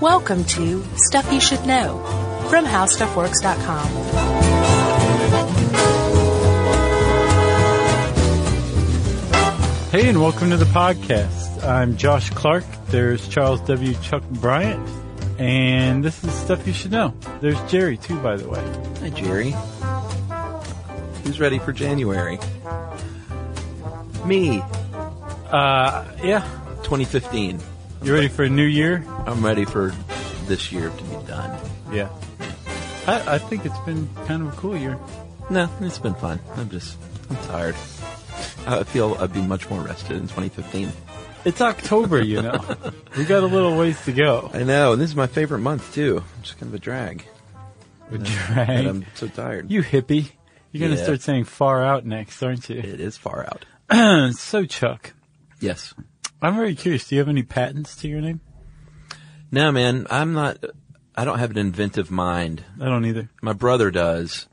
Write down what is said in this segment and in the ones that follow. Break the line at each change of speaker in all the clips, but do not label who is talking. Welcome to Stuff You Should Know from HowStuffWorks.com.
Hey, and welcome to the podcast. I'm Josh Clark. There's Charles W. Chuck Bryant. And this is stuff you should know. There's Jerry, too, by the way.
Hi, Jerry. Who's ready for January? Me,
Uh, yeah.
2015.
You ready for a new year?
I'm ready for this year to be done.
Yeah. I, I think it's been kind of a cool year.
No, it's been fun. I'm just, I'm tired. I feel I'd be much more rested in 2015.
It's October, you know. we got a little ways to go.
I know, and this is my favorite month too. It's just kind of a drag.
Drag.
And I'm so tired.
You hippie. You're going to
Um, Yeah.
start saying far out next, aren't you?
It is far out.
so, Chuck,
Yes.
I'm very curious. Do you have any patents to your name?
No, man, I'm not, I don't have an inventive mind.
I don't either.
My brother does,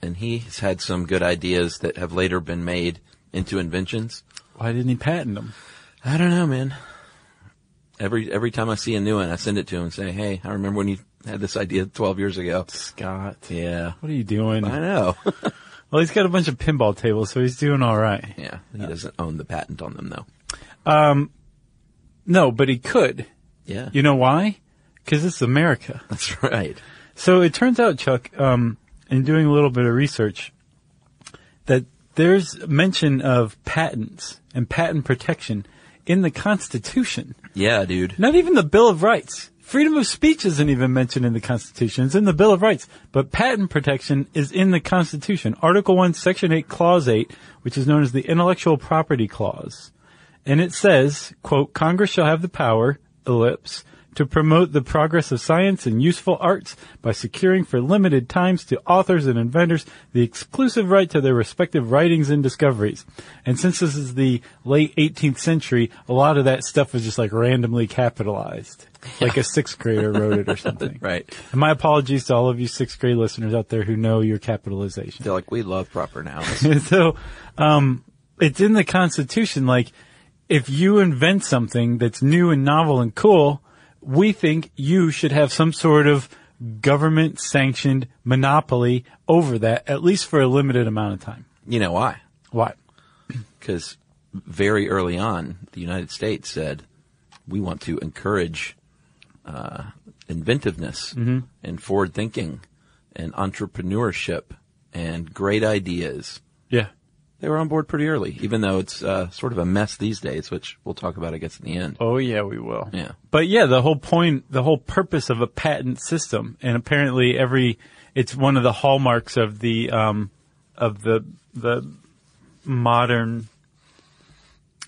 and he has had some good ideas that have later been made into inventions.
Why didn't he patent them?
I don't know, man. Every every time I see a new one, I send it to him and say, "Hey, I remember when you had this idea 12 years ago."
Scott.
Yeah,
What are you doing?
I know.
Well, he's got a bunch of pinball tables, so he's doing all right.
yeah, he doesn't own the patent on them though.
No, but he could.
Yeah,
You know why? Because it's America.
that's right.
So it turns out, Chuck, um, in doing a little bit of research, that there's mention of patents and patent protection in the Constitution.
Yeah, dude.
Not even the Bill of Rights. Freedom of speech isn't even mentioned in the Constitution. It's in the Bill of Rights. But patent protection is in the Constitution. Article 1, Section 8, Clause 8, which is known as the Intellectual Property Clause. And it says, quote, Congress shall have the power, ellipse, to promote the progress of science and useful arts by securing for limited times to authors and inventors the exclusive right to their respective writings and discoveries. And since this is the late 18th century, a lot of that stuff was just like randomly capitalized. Like a sixth grader wrote it or something.
Right.
And my apologies to all of you sixth grade listeners out there who know your capitalization
They're like, we love proper nouns.
so um, it's in the Constitution. Like, if you invent something that's new and novel and cool, we think you should have some sort of government sanctioned monopoly over that, at least for a limited amount of time.
you know why?
Why?
Because very early on, the United States said we want to encourage uh, inventiveness
Mm-hmm.
and forward thinking and entrepreneurship and great ideas.
Yeah.
they were on board pretty early, even though it's uh, sort of a mess these days, which we'll talk about, I guess, in the end.
Oh yeah, we will.
Yeah.
But yeah, the whole point, the whole purpose of a patent system, and apparently every, it's one of the hallmarks of the, um, of the, the modern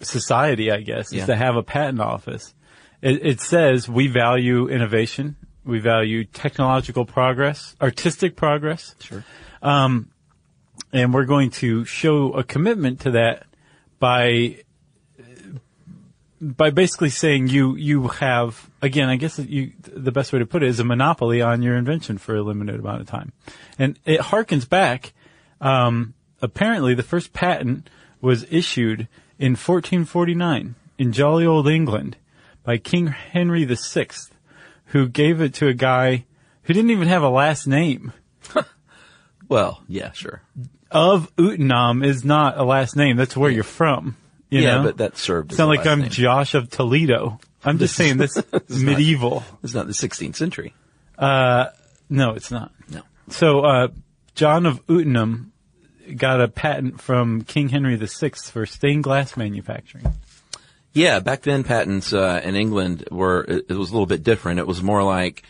society, I guess,
Yeah.
is to have a patent office. It, it says we value innovation. We value technological progress, artistic progress,
Sure.
and we're going to show a commitment to that by by basically saying you you have again I guess you the best way to put it is a monopoly on your invention for a limited amount of time, and it harkens back. Um, apparently, the first patent was issued in 1449 in jolly old England by King Henry VI, who gave it to a guy who didn't even have a last name
Well, yeah, sure.
of Utenam is not a last name. That's where you're from. You
yeah,
know?
but that served.
it's
as
not
the
like
last
I'm
name.
Josh of Toledo. I'm just saying this medieval.
It's not the 16th century.
No, it's not.
No.
So uh, John of Utenham got a patent from King Henry VI for stained glass manufacturing.
Yeah, back then patents uh, in England were it, it was a little bit different. It was more like,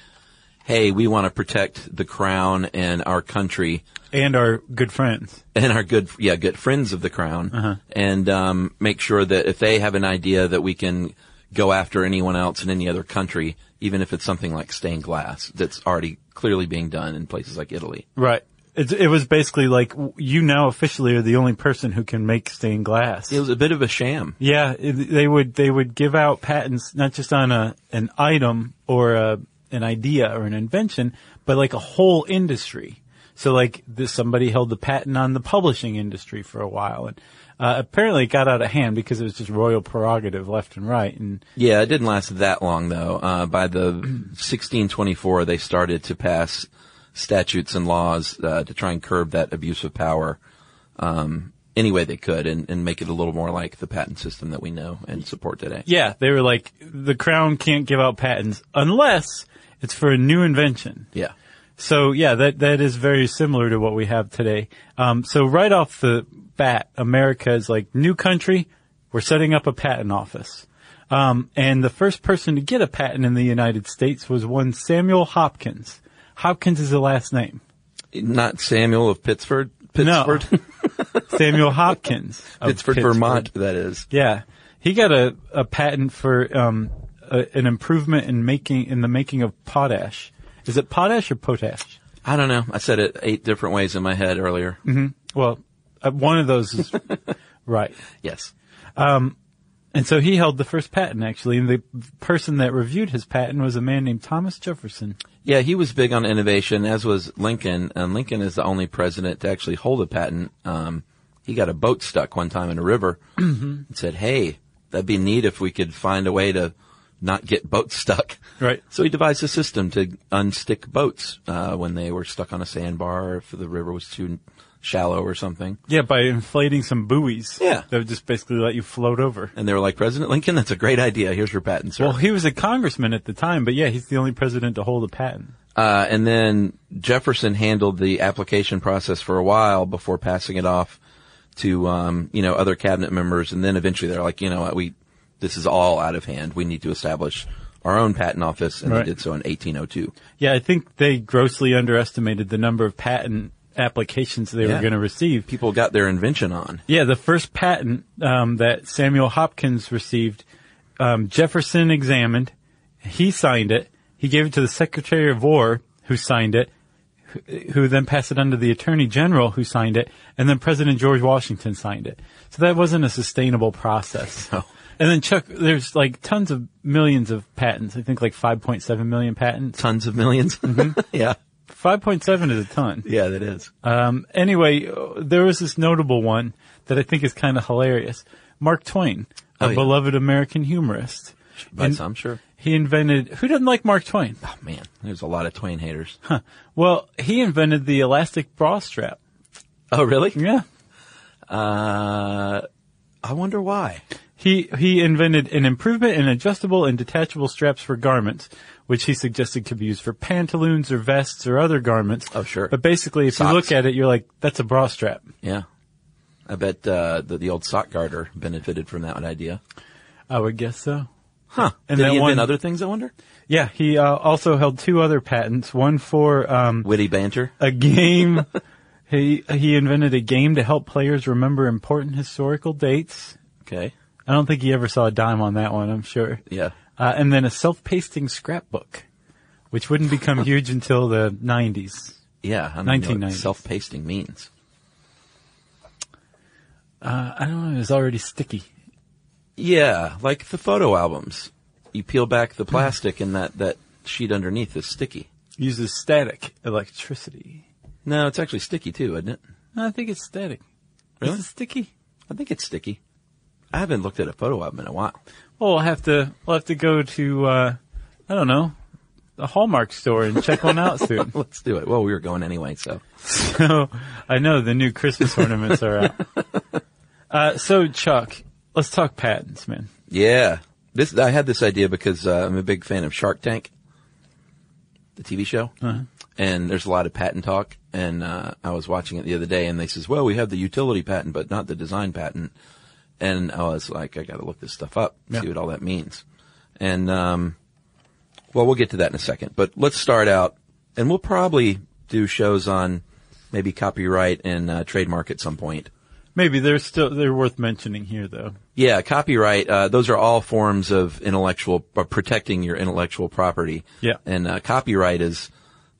hey, we want to protect the crown and our country
And our good friends.
and our good yeah good friends of the crown, and um, make sure that if they have an idea that we can go after anyone else in any other country, even if it's something like stained glass that's already clearly being done in places like Italy.
Right. It, it was basically like w- you now officially are the only person who can make stained glass.
It was a bit of a sham.
Yeah, it, they would they would give out patents not just on a an item or a, an idea or an invention, but like a whole industry. So like this, somebody held the patent on the publishing industry for a while, and uh, apparently it got out of hand because it was just royal prerogative left and right. And
Yeah, it didn't last that long though. Uh, by the 1624, they started to pass statutes and laws uh, to try and curb that abuse of power um, any way they could, and, and make it a little more like the patent system that we know and support today.
yeah, they were like, the crown can't give out patents unless it's for a new invention.
Yeah.
So yeah, that that is very similar to what we have today. Um, so right off the bat, America is like new country. We're setting up a patent office, um, and the first person to get a patent in the United States was one Samuel Hopkins. Hopkins is the last name.
Not Samuel of Pittsford.
No.
Pittsford.
Samuel Hopkins. of
Pittsford, Vermont. That is.
Yeah, he got a, a patent for um, a, an improvement in making in the making of potash. Is it potash or potash?
I don't know. I said it eight different ways in my head earlier.
Mm-hmm. Well, uh, one of those is right.
Yes.
And so he held the first patent actually, and the person that reviewed his patent was a man named Thomas Jefferson.
Yeah, he was big on innovation, as was Lincoln. And Lincoln is the only president to actually hold a patent. Um, he got a boat stuck one time in a river and said, "Hey, that'd be neat if we could find a way to not get boats stuck."
Right.
So he devised a system to unstick boats uh, when they were stuck on a sandbar, or if the river was too shallow or something.
Yeah, by inflating some buoys.
Yeah.
That would just basically let you float over.
And they were like, "President Lincoln, that's a great idea. Here's your patent, sir."
Well, he was a congressman at the time, but yeah, he's the only president to hold a patent.
Uh, and then Jefferson handled the application process for a while before passing it off to, um, you know, other cabinet members. And then eventually they're like, you know what, we, this is all out of hand. We need to establish our own patent office. And
Right.
they did so in 1802.
Yeah, I think they grossly underestimated the number of patent applications they were
Yeah.
going to receive.
People got their invention on.
Yeah, the first patent um, that Samuel Hopkins received, um, Jefferson examined. He signed it. He gave it to the Secretary of War, who signed it, who, who then passed it on to the Attorney General, who signed it, and then President George Washington signed it. So that wasn't a sustainable process.
No.
And then Chuck, there's like tons of millions of patents. I think like 5.7 million patents.
Tons of 1000000s
Mm-hmm.
yeah.
5.7 is a ton.
Yeah, that is.
Um, anyway, uh, there was this notable one that I think is kind of hilarious. Mark Twain, a
Oh, yeah.
beloved American humorist.
By
And
some, sure.
He invented, who doesn't like Mark Twain?
Oh man, there's a lot of Twain haters.
Well, he invented the elastic bra strap.
Oh really?
Yeah.
Uh, I wonder why.
He, he invented an improvement in adjustable and detachable straps for garments, which he suggested could be used for pantaloons or vests or other garments.
Oh, sure.
But basically, if you
Socks.
look at it, you're like, that's a bra strap.
Yeah. I bet, uh, the, the old sock garter benefited from that idea.
I would guess so.
Huh.
And
Did
that
he
one-
invent other things, I wonder?
Yeah, he uh, also held two other patents, one for, um,
Witty banter?
a game. he he invented a game to help players remember important historical dates.
Okay.
I don't think he ever saw a dime on that one. I'm sure.
Yeah.
Uh, and then a self-pasting scrapbook, which wouldn't become huge until the 90s.
Yeah. I don't even know what
1990s.
self-pasting means.
Uh, I don't know. It was already sticky.
Yeah. Like the photo albums. You peel back the plastic and that, that sheet underneath is sticky.
Uses static electricity.
No, it's actually sticky too, isn't it?
No, I think it's static.
Really?
Is it sticky?
I think it's sticky. I haven't looked at a photo album in a while.
Well, we'll have to we'll have to go to uh, I don't know the Hallmark store and check one out soon.
Let's do it. Well, we were going anyway, so.
No, I know the new Christmas ornaments are out. Uh, so Chuck, let's talk patents, man.
Yeah. This, I had this idea because uh, I'm a big fan of Shark Tank, the TV show. And there's a lot of patent talk. And uh, I was watching it the other day and they says, well, we have the utility patent, but not the design patent. And I was like, I got to look this stuff up,
Yeah.
see what all that means. And, um, well, we'll get to that in a second, but let's start out and we'll probably do shows on maybe copyright and uh, trademark at some point.
Maybe they're still they're worth mentioning here though.
Yeah, copyright. Uh, those are all forms of intellectual uh, protecting your intellectual property.
Yeah.
and uh, copyright is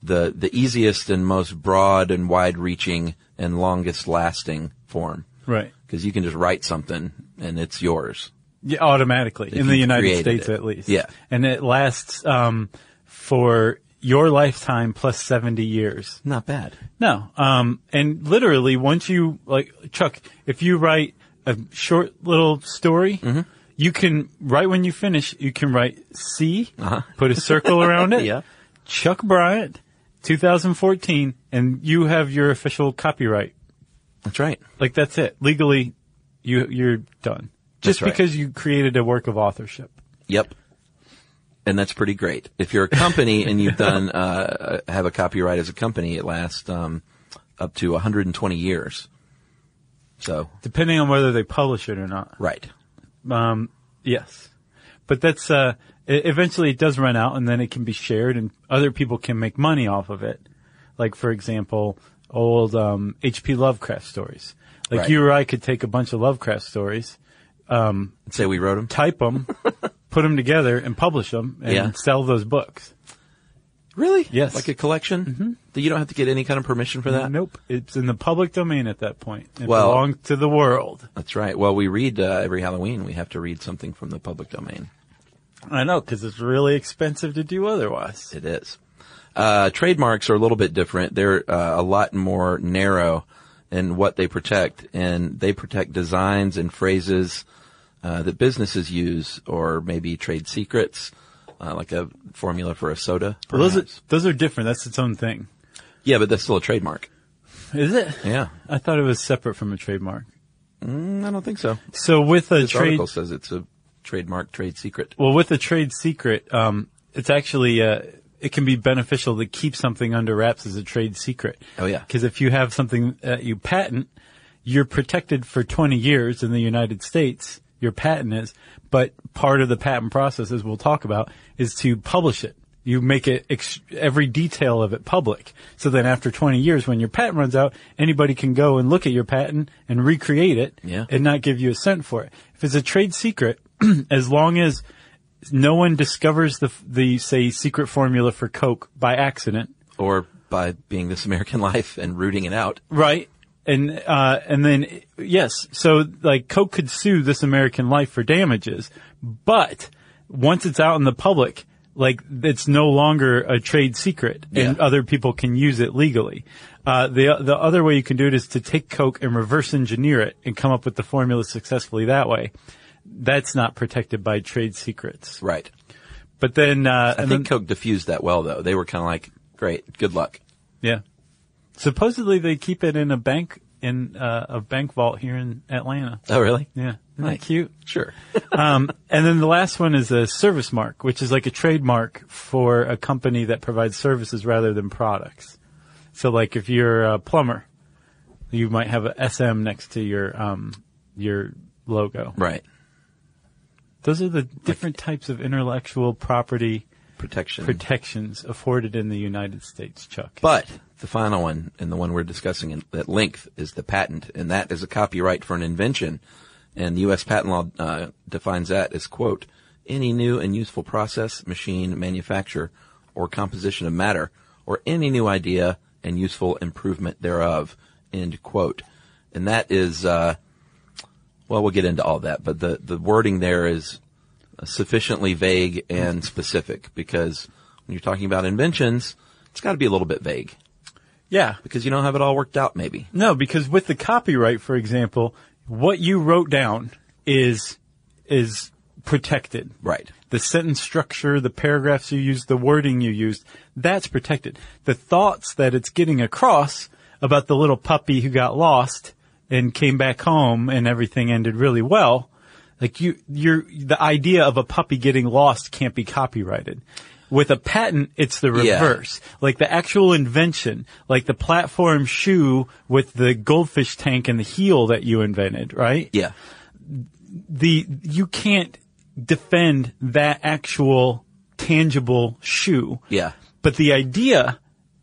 the the easiest and most broad and wide reaching and longest lasting form
Right.
because you can just write something and it's yours.
Yeah, automatically in the
you
United
created
States
it.
at least.
Yeah.
And it lasts um, for your lifetime plus 70 years.
Not bad.
No. Um, and literally, once you, like, Chuck, if you write a short little story,
Mm-hmm.
you can, right when you finish, you can write C, put a circle around it.
Uh-huh. Yeah.
Chuck Bryant, 2014, and you have your official copyright.
That's right.
Like, that's it. Legally, you, you're done.
That's
Just
right.
because you created a work of authorship.
Yep. And that's pretty great. If you're a company and you've done, uh, uh, have a copyright as a company, it lasts, um, up to 120 years. So,
Depending on whether they publish it or not.
right.
Um, yes, but that's uh, e- eventually it does run out, and then it can be shared, and other people can make money off of it. Like for example, old um, H.P. Lovecraft stories. Like
Right.
you or I could take a bunch of Lovecraft stories,
Say we wrote them.
type them, put them together, and publish them, and
Yeah.
sell those books.
Really?
Yes.
Like a collection? Mm-hmm. You don't have to get any kind of permission for that?
nope, it's in the public domain at that point. It
Well-
belongs to the world.
That's right. Well, we read, uh, every Halloween, we have to read something from the public domain.
I know because it's really expensive to do otherwise.
It is. Uh, trademarks are a little bit different. They're uh, a lot more narrow in what they protect, and they protect designs and phrases uh, that businesses use, or maybe trade secrets, uh, like a formula for a soda.
Well, those are,
perhaps.
those are different. That's its own thing.
yeah, but that's still a trademark.
Is it?
Yeah,
I thought it was separate from a trademark.
Mm, I don't think so.
So with a
This
trade,
article says it's a trademark trade secret.
well, with a trade secret, um, it's actually uh, it can be beneficial to keep something under wraps as a trade secret.
Oh, yeah.
because if you have something that you patent, you're protected for 20 years in the United States. Your patent is, but part of the patent process, as we'll talk about, is to publish it. You make it ex- every detail of it public. So then, after 20 years, when your patent runs out, anybody can go and look at your patent and recreate it
Yeah.
and not give you a cent for it. If it's a trade secret, as long as no one discovers the the say secret formula for Coke by accident,
Or by being this American life and rooting it out.
right? And uh, and then yes, so like Coke could sue This American Life for damages, but once it's out in the public, like it's no longer a trade secret, and
Yeah.
other people can use it legally. Uh, the the other way you can do it is to take Coke and reverse engineer it and come up with the formula successfully that way. That's not protected by trade secrets.
Right.
But then uh,
I
and
think
then-
Coke diffused that well, though. They were kind of like, "Great, good luck."
yeah, supposedly they keep it in a bank in uh, a bank vault here in Atlanta.
Oh, really?
Yeah. Isn't
Nice.
that cute?
Sure.
Um, and then the last one is a service mark, which is like a trademark for a company that provides services rather than products. So like if you're a plumber, you might have a SM next to your, um, your logo.
Right.
Those are the different types of intellectual property
Protection.
protections afforded in the United States, Chuck.
but the final one, and the one we're discussing in, at length, is the patent, and that is a copyright for an invention. And the U.S. patent law uh, defines that as, quote, any new and useful process, machine, manufacture, or composition of matter, or any new idea and useful improvement thereof, end quote. And that is, uh, well, we'll get into all that, but the, the wording there is sufficiently vague and specific because when you're talking about inventions, it's got to be a little bit vague
yeah.
because you don't have it all worked out maybe.
No, because with the copyright, for example, what you wrote down is, is protected.
Right.
the sentence structure, the paragraphs you used, the wording you used, that's protected. The thoughts that it's getting across about the little puppy who got lost and came back home and everything ended really well, like you, you're, the idea of a puppy getting lost can't be copyrighted. With a patent, it's the
Yeah.
reverse. Like the actual invention, like the platform shoe with the goldfish tank and the heel that you invented, right?
Yeah.
the you can't defend that actual tangible shoe.
Yeah.
But the idea,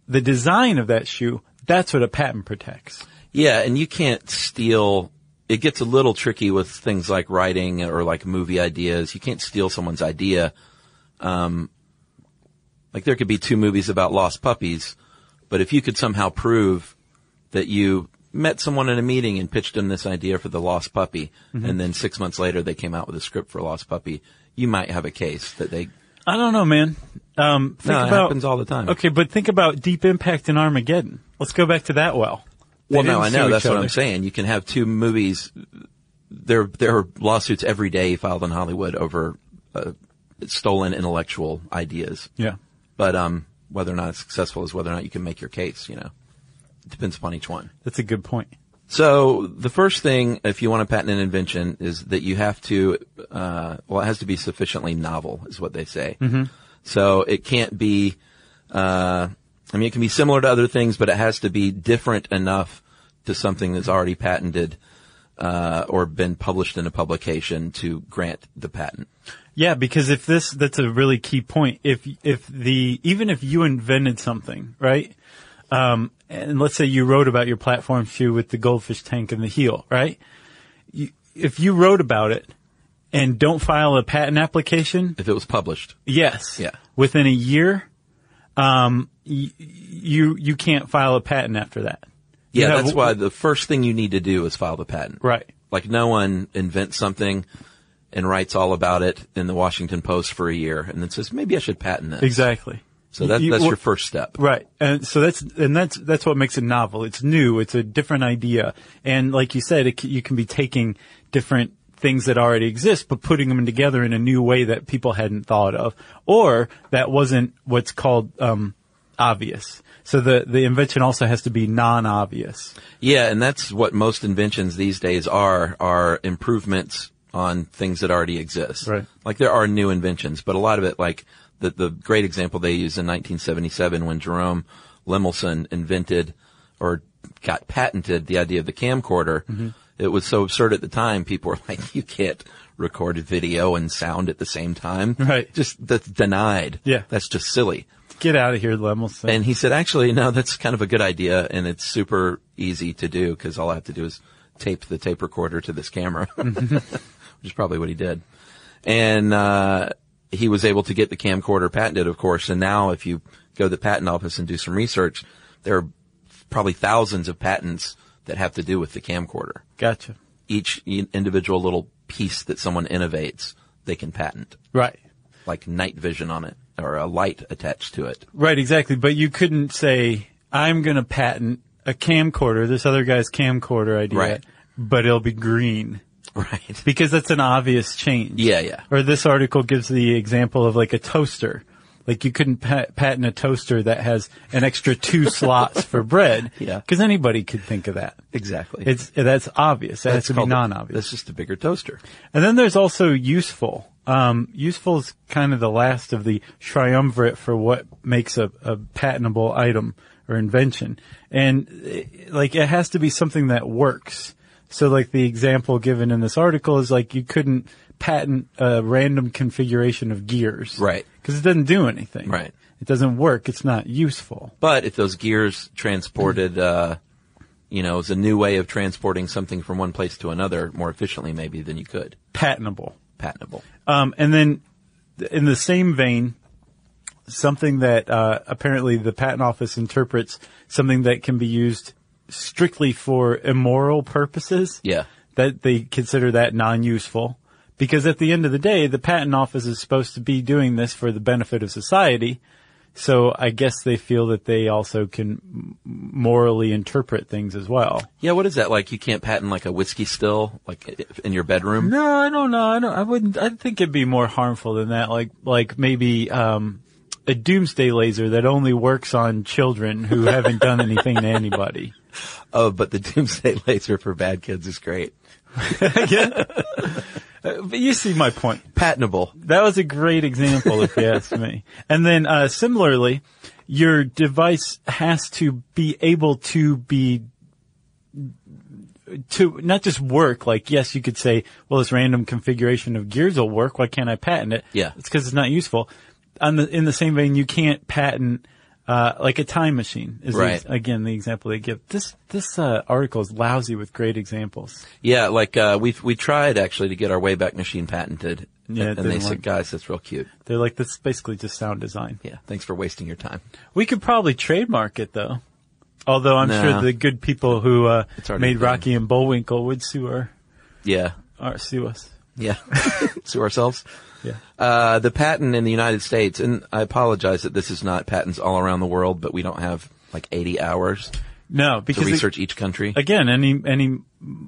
the design of that shoe, that's what a patent protects.
Yeah. And you can't steal. It gets a little tricky with things like writing or like movie ideas. You can't steal someone's idea. Um, like there could be two movies about lost puppies, but if you could somehow prove that you met someone in a meeting and pitched them this idea for the lost puppy, and then six months later they came out with a script for lost puppy, you might have a case that they
I don't know, man. Um, think
No, it
about,
happens all the time.
Okay, but think about Deep Impact and Armageddon. Let's go back to that well. They
Well, no,
didn't
I
sue
know
each
that's what
other.
I'm saying. You can have two movies. There, there are lawsuits every day filed in Hollywood over uh, stolen intellectual ideas.
Yeah.
But um, whether or not it's successful is whether or not you can make your case. You know, it depends upon each one.
That's a good point.
So the first thing, if you want to patent an invention, is that you have to, uh, well, it has to be sufficiently novel, is what they say.
Mm-hmm.
So it can't be, uh, I mean, it can be similar to other things, but it has to be different enough to something that's already patented uh, or been published in a publication to grant the patent.
Yeah, because if this, that's a really key point. If, if the, even if you invented something, right? Um, and let's say you wrote about your platform shoe with the goldfish tank and the heel, right? You, if you wrote about it and don't file a patent application,
If it was published,
yes,
Yeah.
within a year, um, y- you, you can't file a patent after that. You
yeah,
have-
that's why the first thing you need to do is file the patent.
Right.
Like no one invents something and writes all about it in the Washington Post for a year and then says, maybe I should patent this.
Exactly.
So that,
You-
that's
well,
your first step.
Right. And so that's, and that's, that's what makes it novel. It's new. It's a different idea. And like you said, it, c- you can be taking different things that already exist, but putting them together in a new way that people hadn't thought of, or that wasn't what's called, um, obvious. So the, the invention also has to be non-obvious.
Yeah. And that's what most inventions these days are, are improvements on things that already exist.
Right.
Like there are new inventions, but a lot of it, like the, the great example they used in 1977 when Jerome Lemelson invented or got patented the idea of the camcorder.
Mm-hmm.
It was so absurd at the time. People were like, you can't record video and sound at the same time.
Right.
Just that's denied.
Yeah.
That's just silly.
Get out of here, Lemelson.
And he said, actually, no, that's kind of a good idea. And it's super easy to do because all I have to do is tape the tape recorder to this camera, which is probably what he did. And, uh, he was able to get the camcorder patented, of course. And now if you go to the patent office and do some research, there are probably thousands of patents that have to do with the camcorder.
gotcha.
Each i- individual little piece that someone innovates, they can patent,
Right.
like night vision on it or a light attached to it.
Right, exactly. But you couldn't say, I'm going to patent a camcorder, this other guy's camcorder idea,
Right.
but it'll be green.
Right.
Because that's an obvious change.
Yeah, yeah.
Or this article gives the example of like a toaster. Like you couldn't pa- patent a toaster that has an extra two slots for bread.
Yeah.
Because anybody could think of that.
Exactly.
It's, that's obvious. That
That's
has to be
called a-
non-obvious.
That's just a bigger toaster.
And then there's also useful. Um, useful is kind of the last of the triumvirate for what makes a, a patentable item or invention. And eh, like it has to be something that works. So like the example given in this article is like you couldn't patent a random configuration of gears.
Right.
Cause it doesn't do anything.
Right.
It doesn't work. It's not useful.
But if those gears transported, uh, you know, is a new way of transporting something from one place to another more efficiently, maybe than you could.
Patentable.
Patentable.
Um, and then, th- in the same vein, something that uh, apparently the patent office interprets something that can be used strictly for immoral purposes.
Yeah.
That they consider that non-useful because at the end of the day, the patent office is supposed to be doing this for the benefit of society. So I guess they feel that they also can m- morally interpret things as well.
Yeah. What is that like? You can't patent like a whiskey still, like i- in your bedroom.
No, I don't know. I don't. I wouldn't. I think it'd be more harmful than that. Like, like maybe um, a doomsday laser that only works on children who haven't done anything to anybody.
Oh, but the doomsday laser for bad kids is great.
Uh, But you see my point.
Patentable.
That was a great example, if you ask me. And then uh, similarly, your device has to be able to be to not just work. Like, yes, you could say, "Well, this random configuration of gears will work. Why can't I patent it?"
Yeah.
it's because it's not useful. On the in the same vein, you can't patent. Uh, like a time machine is the-
Right.
again the example they give. This this uh, article is lousy with great examples.
Yeah. Like, uh, we, we tried actually to get our Wayback Machine patented.
Yeah, it
And they
didn't
said,
work.
guys, that's real cute.
They're like this is basically just sound design.
Yeah. Thanks for wasting your time.
We could probably trademark it though. Although I'm
Nah.
sure the good people who uh,
It's already
made
been.
Rocky and Bullwinkle would sue our,
Yeah.
our sue us.
Yeah. to ourselves.
Yeah.
Uh, the patent in the United States, and I apologize that this is not patents all around the world, but we don't have like 80 hours
No,
to
because it-
research each country.
again, any any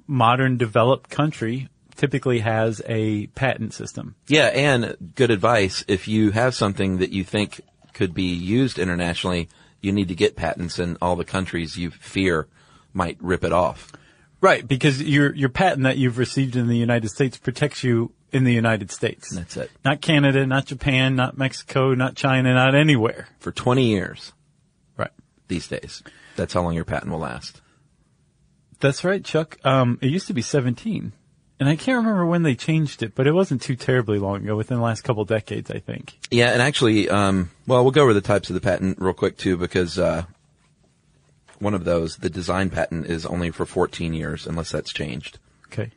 modern developed country typically has a patent system.
Yeah, and good advice. If you have something that you think could be used internationally, you need to get patents in all the countries you fear might rip it off.
Right, because your your patent that you've received in the United States protects you in the United States.
That's it.
Not Canada, not Japan, not Mexico, not China, not anywhere.
For 20 years
Right.
these days, that's how long your patent will last.
That's right, Chuck. Um, it used to be 17. And I can't remember when they changed it, but it wasn't too terribly long ago, within the last couple decades, I think.
Yeah, and actually, um, well, we'll go over the types of the patent real quick too, because uh, one of those, the design patent, is only for 14 years unless that's changed.
Okay.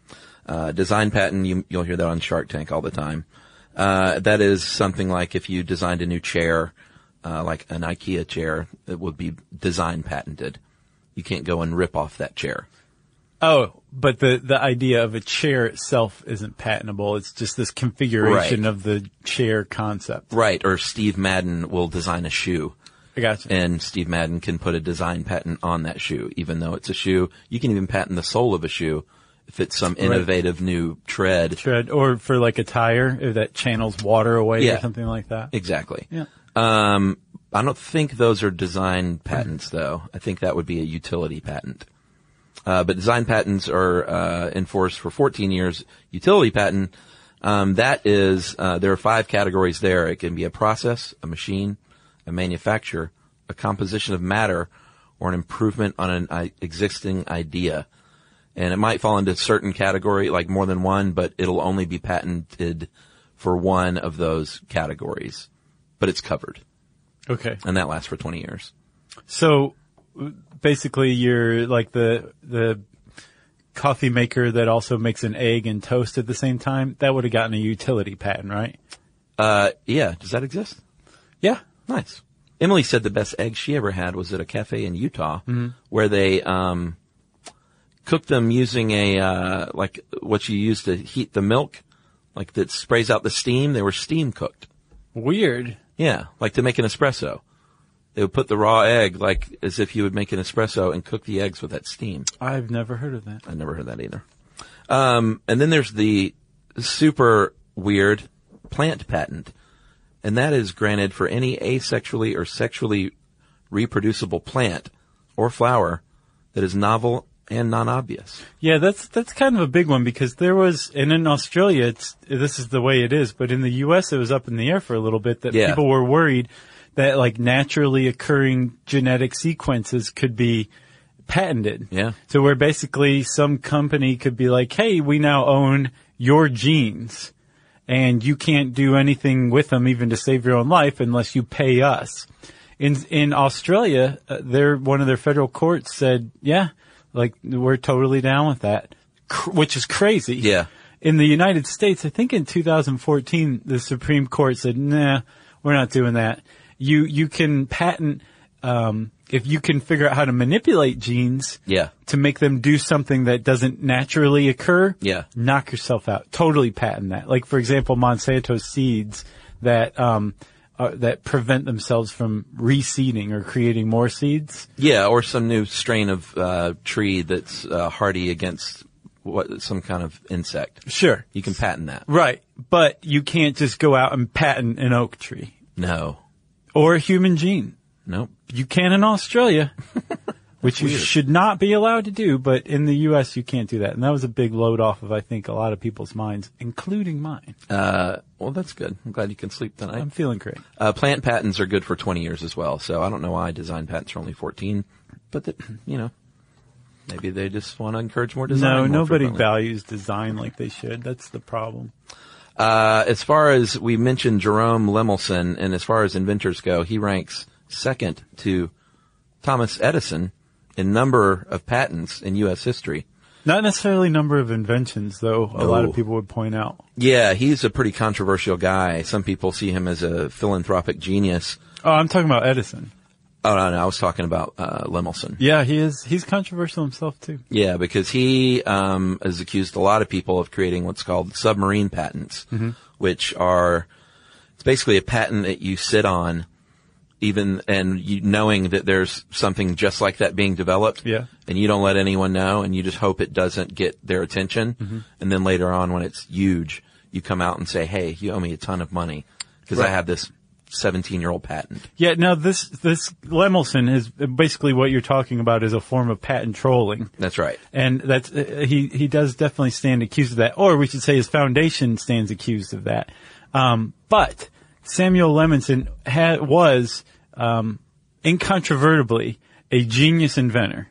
Uh, design patent, you, you'll hear that on Shark Tank all the time. Uh, that is something like if you designed a new chair, uh, like an IKEA chair, it would be design patented. You can't go and rip off that chair.
Oh, but the, the idea of a chair itself isn't patentable. It's just this configuration
Right.
of the chair concept.
Right, or Steve Madden will design a shoe.
I gotcha.
and Steve Madden can put a design patent on that shoe, even though it's a shoe. You can even patent the sole of a shoe if it's some innovative new tread.
Tread, or for like a tire if that channels water away or
Yeah.
something like that.
Exactly.
yeah.
Um, I don't think those are design patents, though. I think that would be a utility patent. Uh, but design patents are uh, enforced for 14 years. Utility patent, um, that is, uh, there are five categories there. It can be a process, a machine, a manufacture, a composition of matter, or an improvement on an I- existing idea. And it might fall into a certain category, like more than one, but it'll only be patented for one of those categories. But it's covered.
Okay.
And that lasts for 20 years.
So w- basically you're like the, the coffee maker that also makes an egg and toast at the same time. That would have gotten a utility patent, right?
Uh, yeah. Does that exist?
Yeah.
Nice. Emily said the best egg she ever had was at a cafe in Utah where they, um, cooked them using a, uh, like what you use to heat the milk, like that sprays out the steam. They were steam cooked.
Weird.
Yeah. Like to make an espresso. They would put the raw egg like as if you would make an espresso and cook the eggs with that steam.
I've never heard of that.
I never heard that either. Um, and then there's the super weird plant patent, and that is granted for any asexually or sexually reproducible plant or flower that is novel and non-obvious.
Yeah, that's that's kind of a big one because there was, and in Australia, it's this is the way it is, but in the U.S. it was up in the air for a little bit that
Yeah.
people were worried that like naturally occurring genetic sequences could be patented.
Yeah.
So where basically some company could be like, hey, we now own your genes and you can't do anything with them even to save your own life unless you pay us. In, in Australia, uh, their, one of their federal courts said, yeah, like we're totally down with that, cr- which is crazy.
Yeah.
In the United States, I think in 2014, the Supreme Court said, nah, we're not doing that. You, you can patent, um, if you can figure out how to manipulate genes
Yeah.
to make them do something that doesn't naturally occur,
Yeah.
knock yourself out. Totally patent that. Like for example, Monsanto seeds that um uh, that prevent themselves from reseeding or creating more seeds.
Yeah, or some new strain of uh, tree that's uh, hardy against what some kind of insect.
Sure.
You can patent that.
Right, but you can't just go out and patent an oak tree
No.
or a human gene.
Nope.
You can in Australia, which you should not be allowed to do, but in the U.S. you can't do that. And that was a big load off of, I think, a lot of people's minds, including mine.
Uh, well, that's good. I'm glad you can sleep tonight.
I'm feeling great.
Uh, plant patents are good for 20 years as well, so I don't know why design patents are only 14, but that, you know, maybe they just want to encourage more design.
No,
more
nobody
frequently.
values design like they should. That's the problem.
Uh, as far as we mentioned Jerome Lemelson, and as far as inventors go, he ranks second to Thomas Edison in number of patents in U.S. history.
Not necessarily number of inventions, though. A lot of
No.
people would point out.
Yeah, he's a pretty controversial guy. Some people see him as a philanthropic genius.
Oh, I'm talking about Edison.
Oh, no, no, I was talking about, uh, Lemelson.
Yeah, he is. He's controversial himself too.
Yeah,
Mm-hmm.
because he um, has accused a lot of people of creating what's called submarine patents, which are it's basically a patent that you sit on, even and you knowing that there's something just like that being developed.
Yeah.
And you don't let anyone know, and you just hope it doesn't get their attention.
Mm-hmm.
And then later on, when it's huge, you come out and say, "Hey, you owe me a ton of money because
Right.
I have this 17 year old patent."
Yeah, now this this Lemelson is basically what you're talking about is a form of patent trolling,
That's right.
and that's uh, he he does definitely stand accused of that, or we should say his foundation stands accused of that. Um, but Samuel Lemelson had was um, incontrovertibly a genius inventor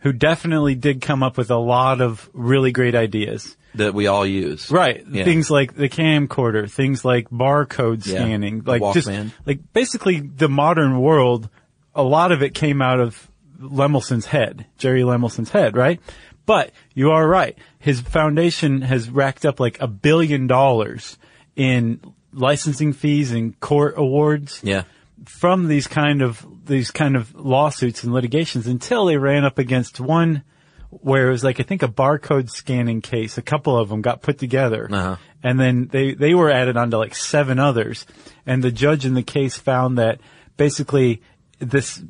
who definitely did come up with a lot of really great ideas.
That we all use.
Right.
Yeah.
Things like the camcorder, things like barcode
Yeah.
scanning,
The
like just
Walkman.
like basically the modern world, a lot of it came out of Lemelson's head, Jerry Lemelson's head, right? But you are right. His foundation has racked up like a billion dollars in licensing fees and court awards
Yeah.
from these kind of these kind of lawsuits and litigations until they ran up against one where it was like I think a barcode scanning case. A couple of them got put together,
Uh-huh.
and then they they were added onto like seven others. And the judge in the case found that basically this,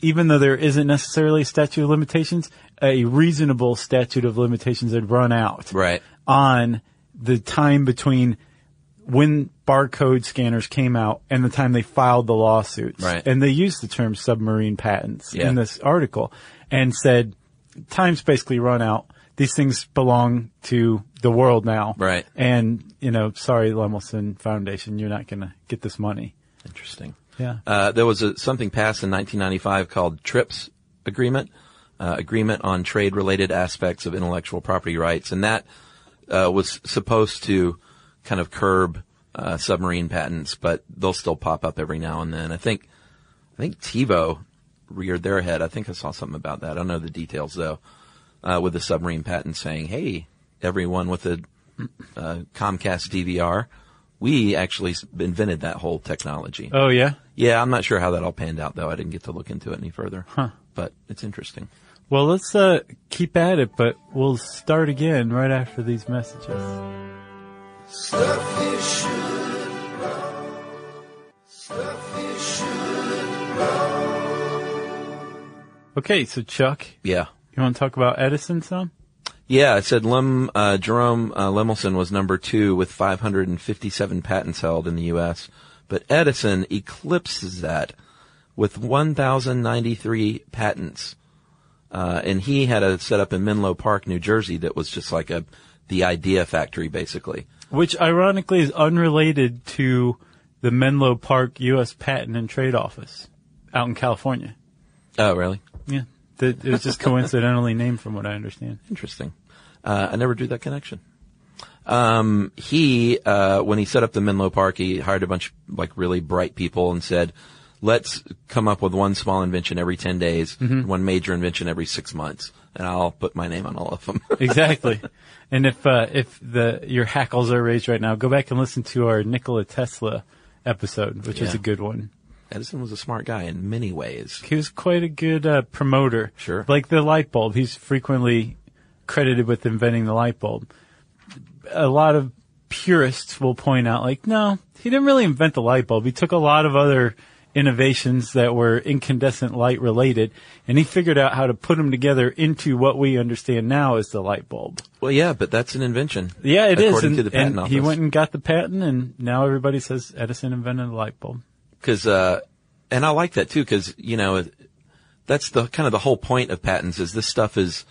even though there isn't necessarily a statute of limitations, a reasonable statute of limitations had run out
Right.
on the time between when barcode scanners came out and the time they filed the lawsuits.
Right.
And they used the term submarine patents
Yeah.
in this article and said time's basically run out. These things belong to the world now.
Right.
And, you know, sorry, Lemelson Foundation, you're not going to get this money.
Interesting.
Yeah.
Uh, there was a, something passed in 1995 called TRIPS Agreement, uh, Agreement on Trade-Related Aspects of Intellectual Property Rights, and that uh, was supposed to kind of curb uh, submarine patents, but they'll still pop up every now and then. I think, I think TiVo reared their head. I think I saw something about that. I don't know the details though. Uh, with the submarine patent saying, "Hey, everyone with a uh, Comcast DVR, we actually s- invented that whole technology."
Oh, yeah.
Yeah, I'm not sure how that all panned out though. I didn't get to look into it any further. But it's interesting.
Well, let's uh, keep at it, but we'll start again right after these messages.
Stuff you should know. Stuff you should know.
Okay, so Chuck,
Yeah.
you want to talk about Edison some?
Yeah, I said Lem, uh, Jerome uh, Lemelson was number two with 557 patents held in the U.S., but Edison eclipses that with 1,093 patents. Uh, and he had a setup in Menlo Park, New Jersey that was just like a, the idea factory basically.
which ironically is unrelated to the Menlo Park U.S. Patent and Trade Office out in California.
Oh, really?
Yeah, That- it was just coincidentally named, from what I understand.
Interesting. Uh, I never drew that connection. Um, he, uh, when he set up the Menlo Park, he hired a bunch of like really bright people and said, let's come up with one small invention every 10 days, and one major invention every six months, and I'll put my name on all of them.
Exactly. and if uh, if the your hackles are raised right now, go back and listen to our Nikola Tesla episode, which is
Yeah.
a good one.
Edison was a smart guy in many ways.
He was quite a good uh, promoter.
Sure.
Like the light bulb, he's frequently credited with inventing the light bulb. A lot of purists will point out, like, no, he didn't really invent the light bulb. He took a lot of other innovations that were incandescent light related, and he figured out how to put them together into what we understand now as the light bulb.
Well, yeah, but that's an invention.
Yeah, it is.
According
And,
to the patent
and
office.
he went and got the patent, and now everybody says Edison invented the light bulb.
Cause, uh, and I like that too, cause, you know, that's the kind of the whole point of patents is this stuff is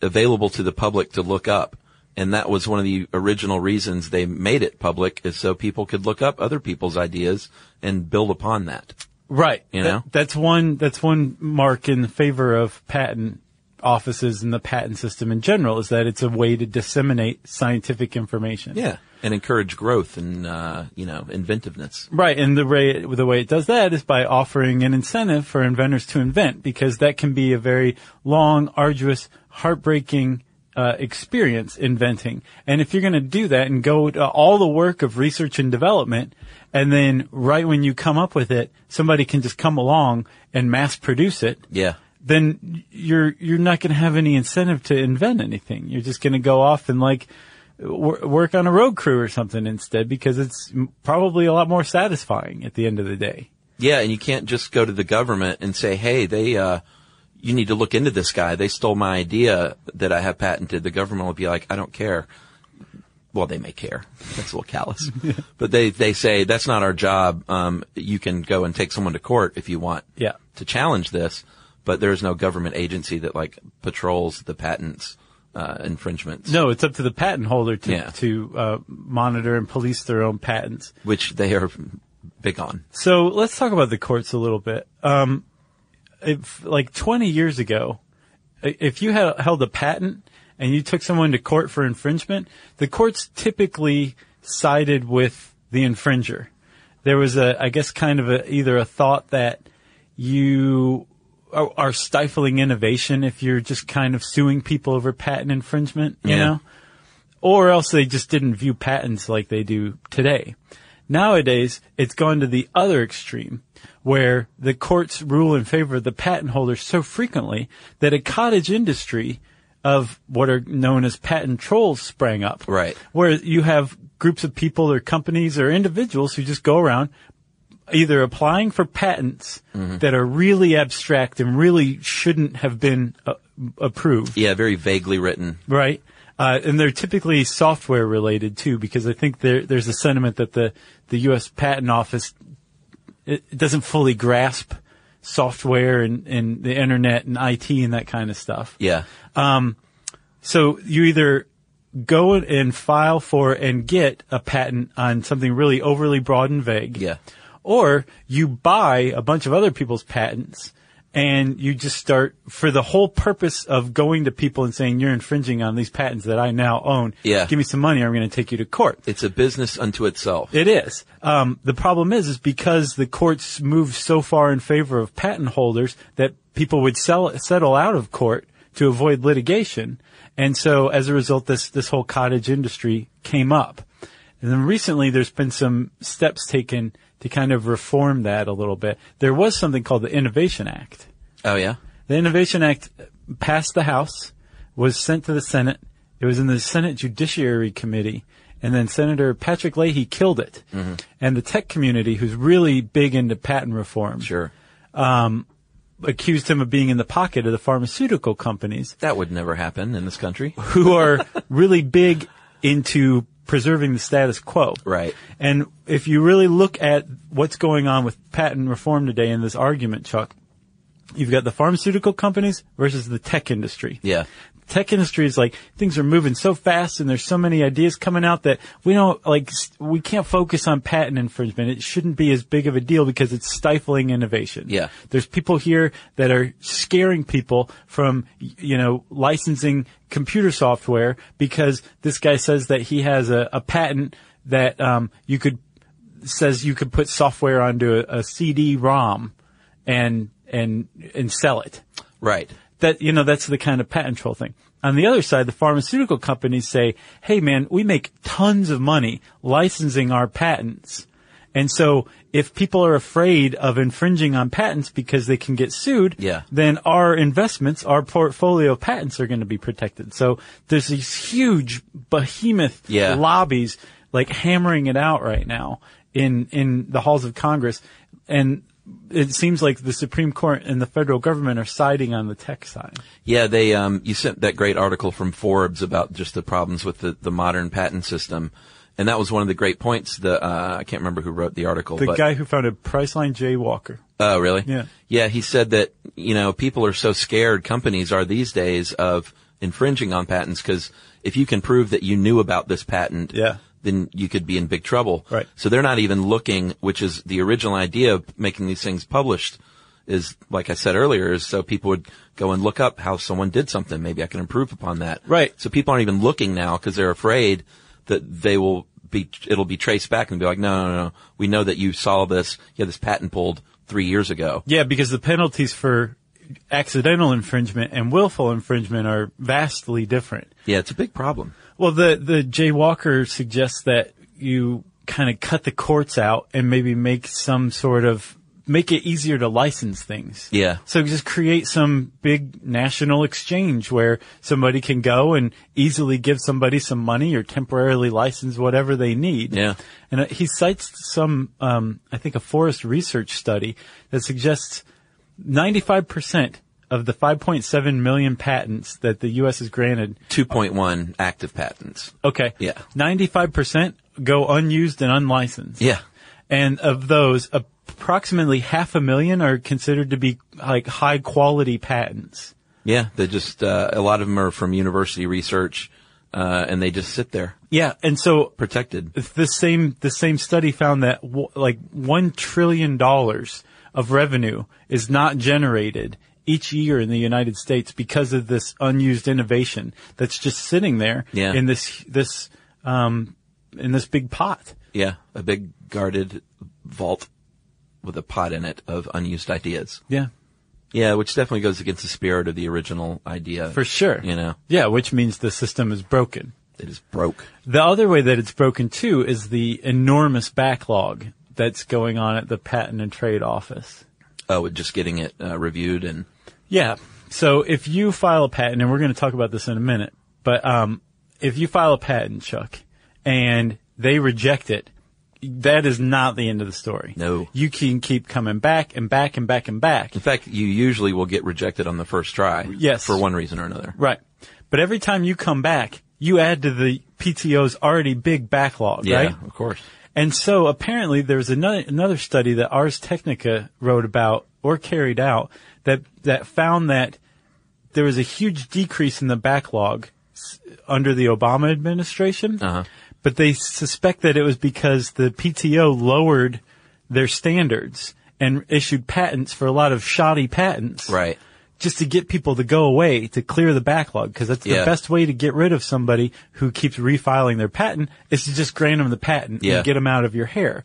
available to the public to look up. And that was one of the original reasons they made it public is so people could look up other people's ideas and build upon that.
Right.
You
That-
know?
that's one, that's one mark in favor of patent offices and the patent system in general is that it's a way to disseminate scientific information.
And encourage growth and, uh, you know, inventiveness.
Right. And the way, the way it does that is by offering an incentive for inventors to invent because that can be a very long, arduous, heartbreaking uh, experience inventing. And if you're going to do that and go to all the work of research and development, and then right when you come up with it, somebody can just come along and mass produce it
Yeah.
then you're you're not going to have any incentive to invent anything. You're just going to go off and like wor- work on a road crew or something instead because it's m- probably a lot more satisfying at the end of the day.
Yeah, and you can't just go to the government and say, "Hey, they, uh, you need to look into this guy. They stole my idea that I have patented." The government will be like, "I don't care." Well, they may care. That's a little callous, but they they say that's not our job. Um, you can go and take someone to court if you want.
Yeah.
To challenge this, but there is no government agency that like patrols the patents uh, infringements.
No, it's up to the patent holder to
Yeah.
to uh, monitor and police their own patents.
which they are big on.
So let's talk about the courts a little bit. Um, if, like 20 years ago, i- if you had, held a patent and you took someone to court for infringement, the courts typically sided with the infringer. There was a, I guess, kind of a, either a thought that you are, are stifling innovation if you're just kind of suing people over patent infringement, you
Yeah.
know? or else they just didn't view patents like they do today. Nowadays, it's gone to the other extreme, where the courts rule in favor of the patent holder so frequently that a cottage industry of what are known as patent trolls sprang up.
Right.
Where you have groups of people or companies or individuals who just go around either applying for patents that are really abstract and really shouldn't have been uh, approved.
Yeah, very vaguely written.
Right. Uh, and they're typically software related too, because I think there, there's a sentiment that the, the U.S. Patent Office it, it doesn't fully grasp software and, and the internet and IT and that kind of stuff.
Yeah.
So you either go and file for and get a patent on something really overly broad and vague.
Yeah.
Or you buy a bunch of other people's patents and you just start for the whole purpose of going to people and saying you're infringing on these patents that I now own.
Yeah.
Give me some money or I'm going to take you to court.
It's a business unto itself.
It is. Um, the problem is, is because the courts move so far in favor of patent holders that people would sell, settle out of court to avoid litigation. And so as a result, this, this whole cottage industry came up. And then recently there's been some steps taken to kind of reform that a little bit. There was something called the Innovation Act.
Oh yeah.
The Innovation Act passed the House, was sent to the Senate. It was in the Senate Judiciary Committee, and then Senator Patrick Leahy killed it.
Mm-hmm.
And the tech community, who's really big into patent reform,
Sure.
accused him of being in the pocket of the pharmaceutical companies,
That would never happen in this country.
who are really big into preserving the status quo.
Right.
And if you really look at what's going on with patent reform today in this argument, Chuck, you've got the pharmaceutical companies versus the tech industry.
Yeah.
tech industry is like things are moving so fast and there's so many ideas coming out that we don't like s- we can't focus on patent infringement it shouldn't be as big of a deal because it's stifling innovation
Yeah.
there's people here that are scaring people from y- you know licensing computer software because this guy says that he has a, a patent that um, you could says you could put software onto a, a cd rom and and and sell it
Right.
that you know that's the kind of patent troll thing. On the other side, the pharmaceutical companies say, "Hey, man, we make tons of money licensing our patents." And so, if people are afraid of infringing on patents because they can get sued,
Yeah.
then our investments, our portfolio of patents are going to be protected. So there's these huge behemoth
Yeah.
lobbies like hammering it out right now in in the halls of Congress, and it seems like the Supreme Court and the federal government are siding on the tech side.
Yeah, they um you sent that great article from Forbes about just the problems with the, the modern patent system. And that was one of the great points. The uh, I can't remember who wrote the article,
The
but
guy who founded Priceline, Jay Walker.
Oh, really?
Yeah.
Yeah, he said that, you know, people are so scared, companies are these days, of infringing on patents because if you can prove that you knew about this patent,
Yeah.
then you could be in big trouble.
Right.
So they're not even looking, which is the original idea of making these things published is, like I said earlier, is so people would go and look up how someone did something. Maybe I can improve upon that.
Right.
So people aren't even looking now because they're afraid that they will be, it'll be traced back and be like, no, no, no, no. We know that you saw this. You had this patent pulled three years ago.
Yeah, because the penalties for accidental infringement and willful infringement are vastly different.
Yeah, it's a big problem.
Well, the the Jay Walker suggests that you kind of cut the courts out and maybe make some sort of make it easier to license things.
Yeah.
So just create some big national exchange where somebody can go and easily give somebody some money or temporarily license whatever they need.
Yeah.
And uh, he cites some, um, I think a forest research study that suggests 95% of the 5.7 million patents that the U.S. has granted
2.1 active patents.
Okay.
Yeah.
95% go unused and unlicensed.
Yeah.
And of those, approximately half a million are considered to be like high quality patents.
Yeah. They just, uh, a lot of them are from university research, uh, and they just sit there
Yeah. And so
protected.
this same, the same study found that w- like one trillion dollars of revenue is not generated each year in the United States because of this unused innovation that's just sitting there
Yeah.
in this, this, um, in this big pot.
Yeah. A big guarded vault with a pot in it of unused ideas.
Yeah.
Yeah. Which definitely goes against the spirit of the original idea.
For sure.
You know,
Yeah, which means the system is broken.
it is broke.
The other way that it's broken too is the enormous backlog that's going on at the patent and trade office.
Oh, it- just getting it uh, reviewed and
Yeah. So if you file a patent, and we're going to talk about this in a minute, but um, if you file a patent, Chuck, and they reject it, that is not the end of the story.
No.
You can keep coming back and back and back and back.
In fact, you usually will get rejected on the first try.
Yes.
For one reason or another.
Right. But every time you come back, you add to the PTO's already big backlog,
Yeah,
right?
of course.
And so apparently there was another, another study that Ars Technica wrote about or carried out that, that found that there was a huge decrease in the backlog s- under the Obama administration.
Uh-huh.
But they suspect that it was because the PTO lowered their standards and issued patents for a lot of shoddy patents.
Right.
Just to get people to go away to clear the backlog because that's the
Yeah.
best way to get rid of somebody who keeps refiling their patent is to just grant them the patent
Yeah.
and get them out of your hair.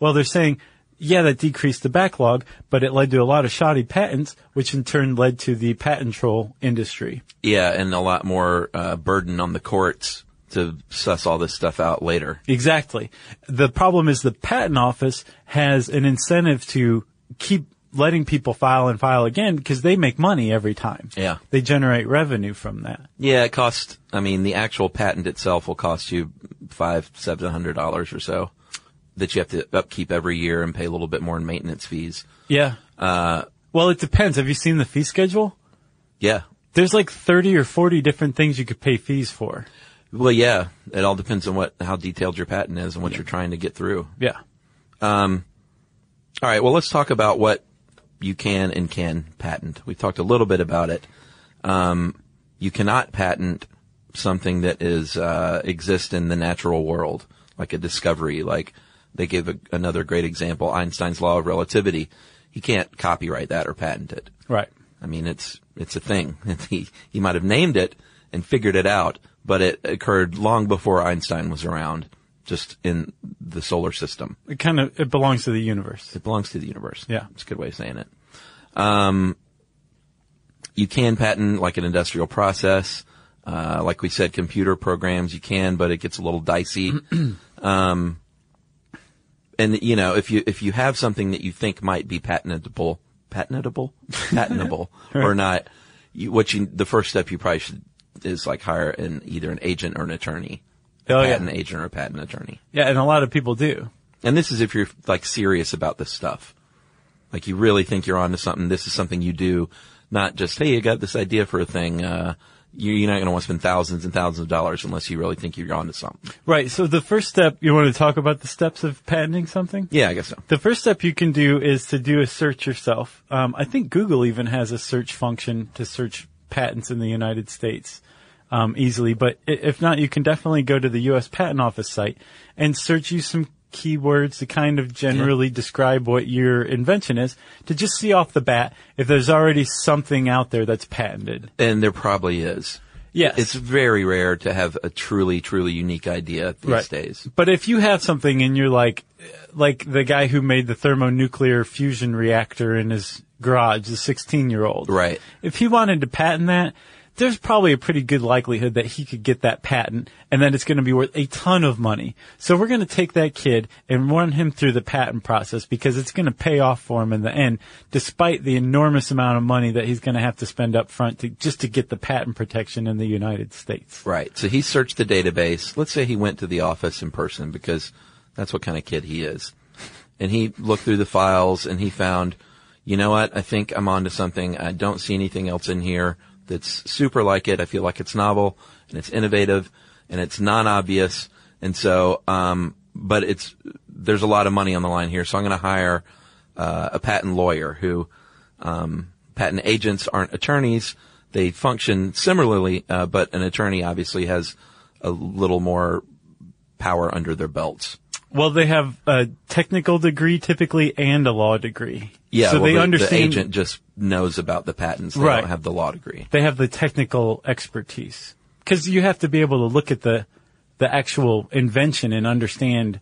Well, they're saying, yeah, that decreased the backlog, but it led to a lot of shoddy patents, which in turn led to the patent troll industry.
Yeah, and a lot more uh, burden on the courts to suss all this stuff out later.
Exactly. The problem is the patent office has an incentive to keep letting people file and file again because they make money every time.
Yeah.
They generate revenue from that.
Yeah, it costs. I mean, the actual patent itself will cost you five, seven hundred dollars or so that you have to upkeep every year and pay a little bit more in maintenance fees.
Yeah. Uh, well, it depends. Have you seen the fee schedule?
Yeah.
There's like 30 or 40 different things you could pay fees for.
Well, yeah, it all depends on what how detailed your patent is and what you're trying to get through.
Yeah.
All right. Well, let's talk about what you can and can patent. We've talked a little bit about it. Um, you cannot patent something that is uh, exists in the natural world, like a discovery. Like they gave a, another great example, Einstein's law of relativity. He can't copyright that or patent it.
Right.
I mean, it's it's a thing. he he might have named it and figured it out, but it occurred long before Einstein was around, just in the solar system.
It kind of, it belongs to the universe.
It belongs to the universe.
Yeah.
It's a good way of saying it. Um, you can patent like an industrial process. Uh, like we said, computer programs, you can, but it gets a little dicey. um, and you know, if you, if you have something that you think might be patentable, patentable, patentable or not, you, what you, the first step you probably should is like hire an, either an agent or an attorney.
Oh, yeah.
patent agent or a patent attorney.
Yeah. And a lot of people do.
And this is if you're like serious about this stuff. Like you really think you're onto something. This is something you do, not just, hey, I got this idea for a thing. Uh, you- you're not going to want to spend thousands and thousands of dollars unless you really think you're onto something.
Right. So the first step, you want to talk about the steps of patenting something?
Yeah, I guess so.
The first step you can do is to do a search yourself. Um, I think Google even has a search function to search patents in the United States um, easily. But i- if not, you can definitely go to the U.S. Patent Office site and search you some keywords to kind of generally describe what your invention is to just see off the bat if there's already something out there that's patented.
And there probably is.
Yes.
It's very rare to have a truly, truly unique idea these
Right.
days.
But if you have something and you're like, like the guy who made the thermonuclear fusion reactor in his garage, the 16 year old.
Right.
If he wanted to patent that, there's probably a pretty good likelihood that he could get that patent and that it's going to be worth a ton of money. So we're going to take that kid and run him through the patent process because it's going to pay off for him in the end, despite the enormous amount of money that he's going to have to spend up front to, just to get the patent protection in the United States.
Right. So he searched the database. Let's say he went to the office in person because that's what kind of kid he is. And he looked through the files and he found, you know what? I think I'm onto something. I don't see anything else in here that's super like it. I feel like it's novel and it's innovative and it's non-obvious. And so, um, but it's, there's a lot of money on the line here. So I'm going to hire, uh, a patent lawyer who, um, patent agents aren't attorneys. They function similarly, uh, but an attorney obviously has a little more power under their belts.
Well, they have a technical degree typically and a law degree.
Yeah,
so
well,
they
the,
understand
the agent just knows about the patents. They
Right.
don't have the law degree.
they have the technical expertise because you have to be able to look at the the actual invention and understand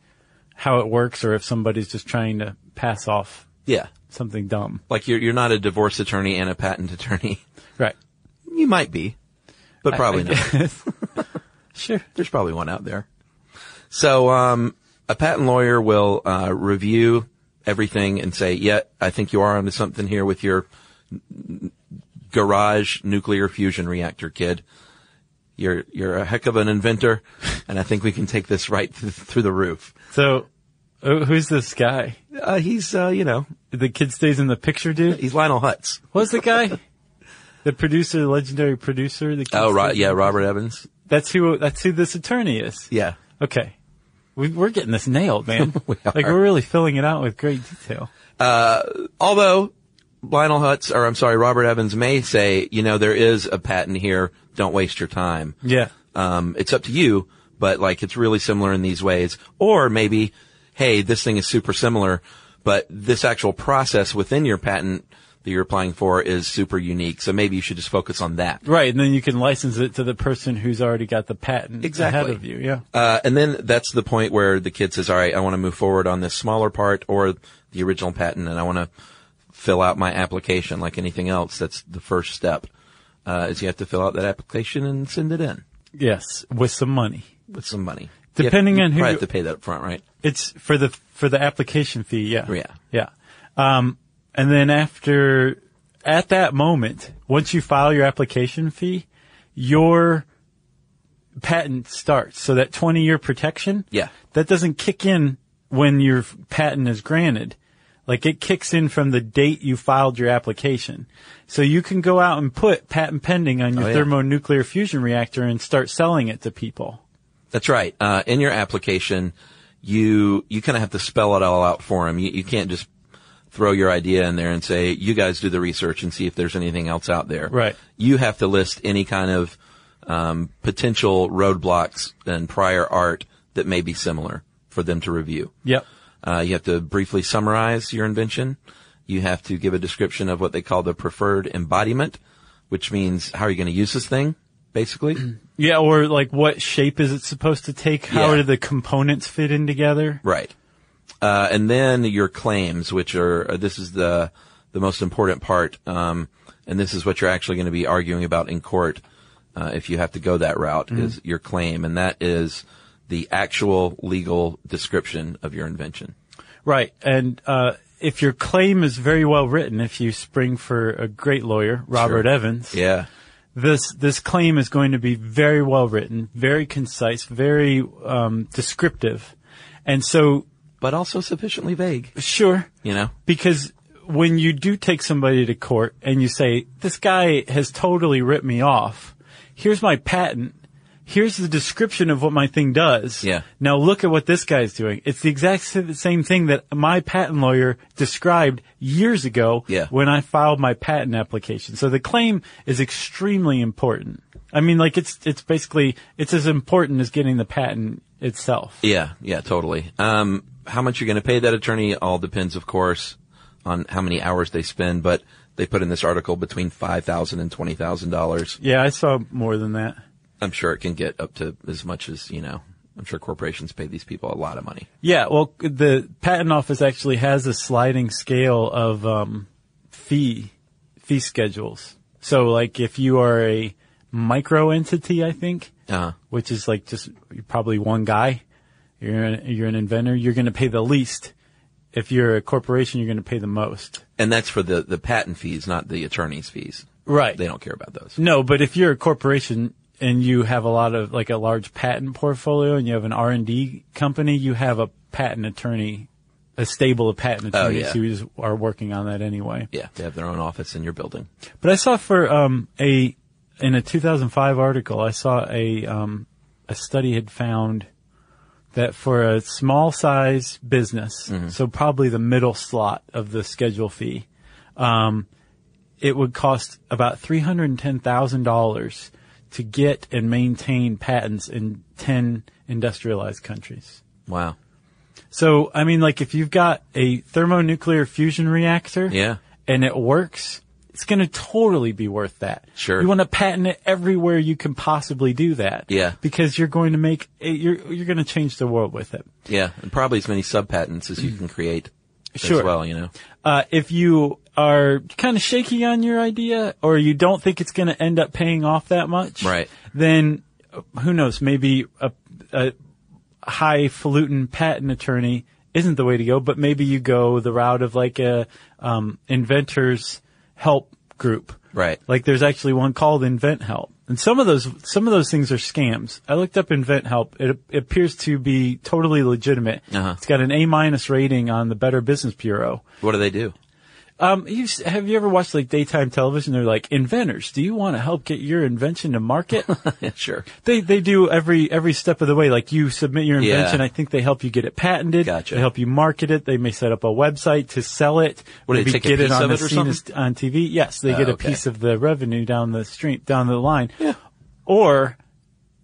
how it works or if somebody's just trying to pass off
Yeah.
something dumb
Like you're you're not a divorce attorney and a patent attorney.
right
You might be, but probably not.
sure
There's probably one out there. So um, a patent lawyer will uh, review everything and say, "Yeah, I think you are onto something here with your n- n- garage nuclear fusion reactor, kid. You're you're a heck of an inventor, and I think we can take this right th- through the roof."
so uh, who's this guy
Uh, he's uh, you know
the kid stays in the picture dude
he's Lionel Hutz.
what's the guy the producer the legendary producer the kid
Oh, right,
stays-
yeah, Robert Evans.
that's who that's who this attorney is
Yeah,
okay we, we're getting this nailed man
We
like
are.
we're really filling it out with great detail
although Lionel Hutz, or I'm sorry, Robert Evans may say, you know, there is a patent here. Don't waste your time.
yeah
Um, it's up to you, but like it's really similar in these ways. Or maybe, hey, this thing is super similar, but this actual process within your patent that you're applying for is super unique. So maybe you should just focus on that.
Right, and then you can license it to the person who's already got the patent
Exactly.
ahead of you. Yeah.
Uh, and then that's the point where the kid says, all right, I want to move forward on this smaller part or the original patent and I want to fill out my application like anything else. That's the first step, uh, is you have to fill out that application and send it in
Yes, with some money.
with some money.
Depending
you
on who
probably
you-
have to pay that up front, right?
It's for the for the application fee. Yeah.
Yeah.
Yeah. Um, and then after at that moment, once you file your application fee, your patent starts. So that 20 year protection.
Yeah.
That doesn't kick in when your f- patent is granted. Like it kicks in from the date you filed your application. So you can go out and put patent pending on your
Oh, yeah.
thermonuclear fusion reactor and start selling it to people.
That's right. Uh, in your application, you, you kind of have to spell it all out for them. You, you can't just throw your idea in there and say, you guys do the research and see if there's anything else out there.
Right.
You have to list any kind of, um, potential roadblocks and prior art that may be similar for them to review.
Yep.
Uh, you have to briefly summarize your invention. You have to give a description of what they call the preferred embodiment, which means how are you going to use this thing, basically.
Yeah, or like what shape is it supposed to take? How
Yeah.
do the components fit in together?
Right. Uh, and then your claims, which are, uh, this is the, the most important part. Um, and this is what you're actually going to be arguing about in court, uh, if you have to go that route, is your claim. And that is the actual legal description of your invention.
Right. And uh, if your claim is very well written, if you spring for a great lawyer, Robert
Sure.
Evans,
Yeah.
this this claim is going to be very well written, very concise, very um, descriptive, and so
But also sufficiently vague,
sure,
you know?
because when you do take somebody to court and you say, this guy has totally ripped me off. Here's my patent. Here's the description of what my thing does.
Yeah.
Now look at what this guy's doing. It's the exact sa- same thing that my patent lawyer described years ago
Yeah.
when I filed my patent application. So the claim is extremely important. I mean, like it's, it's basically, it's as important as getting the patent itself.
Yeah, yeah, totally. Um, how much you're going to pay that attorney all depends, of course, on how many hours they spend, but they put in this article between $5,000 and $20,000.
Yeah, I saw more than that.
I'm sure it can get up to as much as, you know, I'm sure corporations pay these people a lot of money.
Yeah, well, the patent office actually has a sliding scale of um, fee fee schedules. So, like, if you are a micro entity, I think,
Uh,
which is like just you're probably one guy. You're an, you're an inventor. You're going to pay the least. If you're a corporation, you're going to pay the most.
and that's for the, the patent fees, not the attorney's fees.
Right.
They don't care about those.
No, but if you're a corporation and you have a lot of like a large patent portfolio and you have an R and D company, you have a patent attorney, a stable of patent
Oh,
attorneys
yeah.
who is, are working on that anyway.
Yeah, they have their own office in your building.
But I saw for um, a in a 2005 article, I saw a um, a study had found that for a small size business, so probably the middle slot of the schedule fee, um, it would cost about three hundred and ten thousand dollars to get and maintain patents in ten industrialized countries.
Wow.
So, I mean, like if you've got a thermonuclear fusion reactor
Yeah.
and it works, it's going to totally be worth that.
Sure.
You want to patent it everywhere you can possibly do that.
Yeah.
Because you're going to make, a, you're, you're going to change the world with it.
Yeah, and probably as many sub patents as you can create
Sure.
as well, you know.
Uh, if you are kind of shaky on your idea or you don't think it's going to end up paying off that much,
Right.
Then uh, who knows? Maybe a, a highfalutin patent attorney isn't the way to go, but maybe you go the route of like a um, inventors help group.
Right.
Like there's actually one called Invent Help. And some of those, some of those things are scams. I looked up Invent Help. It, it appears to be totally legitimate.
Uh-huh.
It's got an A minus rating on the Better Business Bureau.
What do they do?
Um, you s- have you ever watched like daytime television? They're like inventors. Do you want to help get your invention to market?
Yeah, sure.
they they do every every step of the way. Like you submit your
Yeah.
invention. I think they help you get it patented.
Gotcha.
They help you market it. They may set up a website to sell it.
What, they
Maybe
take a
get
piece
it on
of
the
it or Oh,
scene as- on TV. Yes, they get a
okay.
piece of the revenue down the stream down the line. Or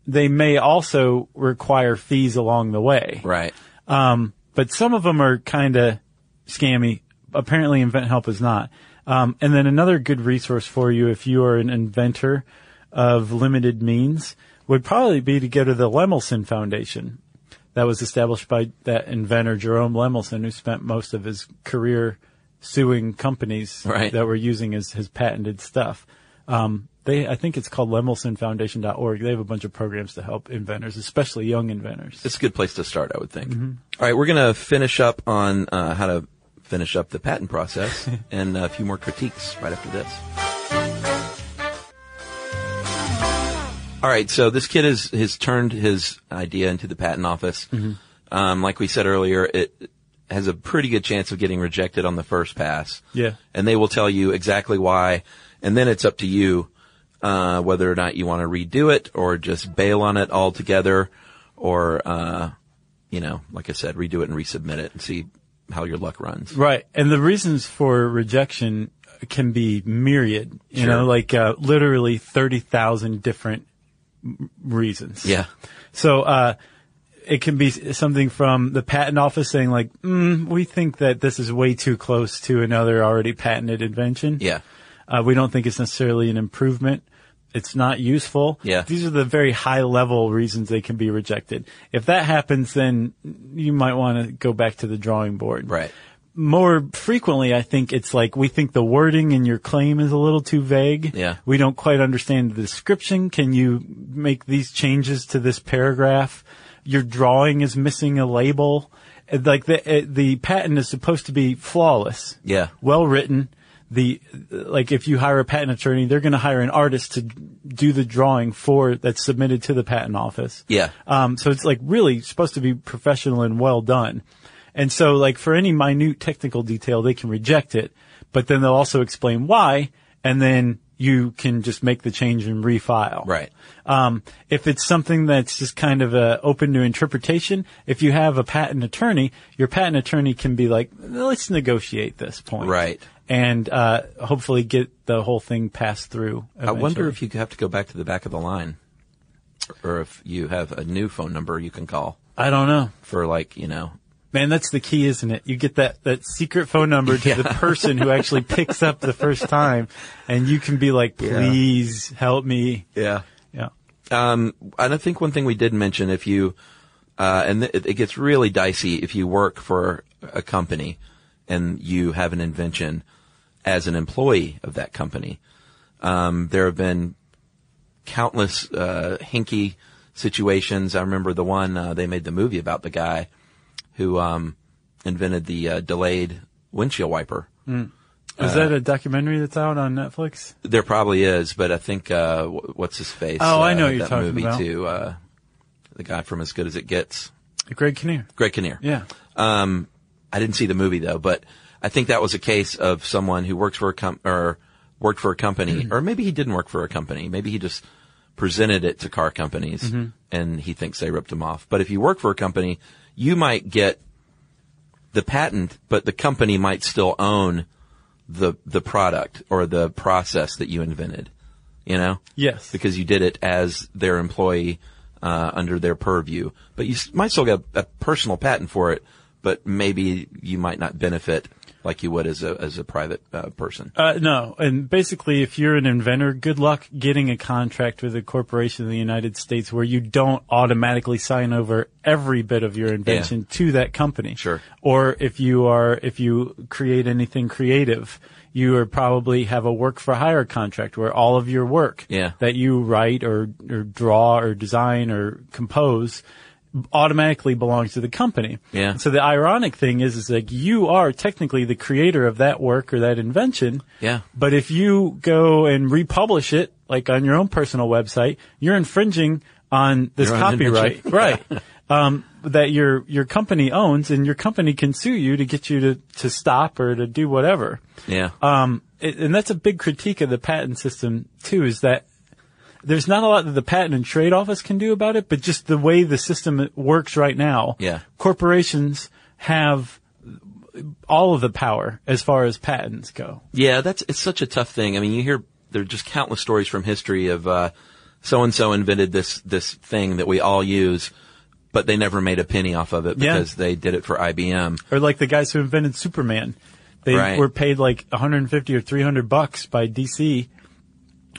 they may also require fees along the way.
Right.
Um, but some of them are kind of scammy. Apparently, Invent Help is not. Um, and then another good resource for you if you are an inventor of limited means would probably be to go to the Lemelson Foundation. That was established by that inventor Jerome Lemelson, who spent most of his career suing companies
Right.
that were using his, his patented stuff. Um, they, I think it's called lemelsonfoundation.org. They have a bunch of programs to help inventors, especially young inventors.
It's a good place to start, I would think. All right, we're going to finish up on uh, how to finish up the patent process and a few more critiques right after this. All right, so this kid has, has turned his idea into the patent office.
Mm-hmm.
Um, like we said earlier, it has a pretty good chance of getting rejected on the first pass.
Yeah.
And they will tell you exactly why, and then it's up to you uh, whether or not you want to redo it or just bail on it altogether, or uh, you know, like I said, redo it and resubmit it and see how your luck runs.
Right. And the reasons for rejection can be myriad, you
Sure.
know, like uh, literally 30,000 different m- reasons.
Yeah.
So, uh, it can be s- something from the patent office saying like, mm, we think that this is way too close to another already patented invention.
Yeah.
Uh, we don't think it's necessarily an improvement. It's not useful.
Yeah.
These are the very high level reasons they can be rejected. If that happens, then you might want to go back to the drawing board.
Right.
More frequently, I think it's like we think the wording in your claim is a little too vague.
Yeah.
We don't quite understand the description. Can you make these changes to this paragraph? Your drawing is missing a label. And, Like the, uh, the patent is supposed to be flawless
Yeah.
well written. The like, if you hire a patent attorney, they're going to hire an artist to do the drawing for that's submitted to the patent office.
Yeah.
Um, so it's like really supposed to be professional and well done. And so like for any minute technical detail, they can reject it, but then they'll also explain why, and then you can just make the change and refile.
Right.
Um, if it's something that's just kind of uh, open to interpretation, if you have a patent attorney, your patent attorney can be like, let's negotiate this point.
Right.
And uh, hopefully get the whole thing passed through.
I wonder if you have to go back to the back of the line, or if you have a new phone number you can call
I don't know.
for like you know.
Man, that's the key, isn't it? You get that, that secret phone number to the person who actually picks up the first time and you can be like, please help me.
Yeah.
Yeah.
Um, and I think one thing we did mention, if you, uh, and th- it gets really dicey if you work for a company and you have an invention as an employee of that company. Um, there have been countless uh, hinky situations. I remember the one uh, they made the movie about the guy who um, invented the uh, delayed windshield wiper.
Is that a documentary that's out on Netflix?
There probably is, but I think uh, wh- what's his face?
Oh, I know
uh,
what you're
that
talking
movie
about.
too. Uh, the guy from As Good as It Gets,
Greg Kinnear.
Greg Kinnear.
Yeah.
Um, I didn't see the movie though, but I think that was a case of someone who works for a com- or worked for a company, or maybe he didn't work for a company. Maybe he just presented it to car companies and he thinks they ripped him off. But if you work for a company, you might get the patent, but the company might still own the, the product or the process that you invented. You know?
Yes.
Because you did it as their employee, uh, under their purview. But you s- might still get a, a personal patent for it, but maybe you might not benefit like you would as a, as a private uh, person.
Uh, no, and basically, if you're an inventor, good luck getting a contract with a corporation in the United States where you don't automatically sign over every bit of your invention to that company.
Sure.
Or if you are, if you create anything creative, you are probably have a work for hire contract where all of your work
Yeah.
that you write or, or draw or design or compose automatically belongs to the company.
Yeah.
So the ironic thing is, is like you are technically the creator of that work or that invention.
Yeah.
But if you go and republish it, like on your own personal website, you're infringing on this
Your own
copyright,
invention.
right? Um, that your your company owns, and your company can sue you to get you to to stop or to do whatever.
Yeah.
Um, it, and that's a big critique of the patent system too, is that there's not a lot that the patent and trade office can do about it, but just the way the system works right now.
Yeah.
Corporations have all of the power as far as patents go.
Yeah, that's it's such a tough thing. I mean, you hear there are just countless stories from history of so and so invented this this thing that we all use, but they never made a penny off of it
Yeah.
because they did it for IBM.
Or like the guys who invented Superman. They
Right.
were paid like 150 or 300 bucks by DC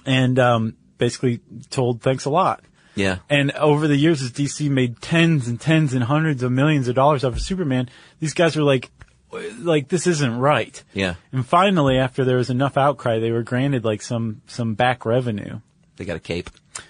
and, um, basically told thanks a lot.
Yeah,
And over the years, as DC made tens and tens and hundreds of millions of dollars off of Superman, these guys were like, like this isn't right.
Yeah.
And finally, after there was enough outcry, they were granted like some some back revenue.
they got a cape.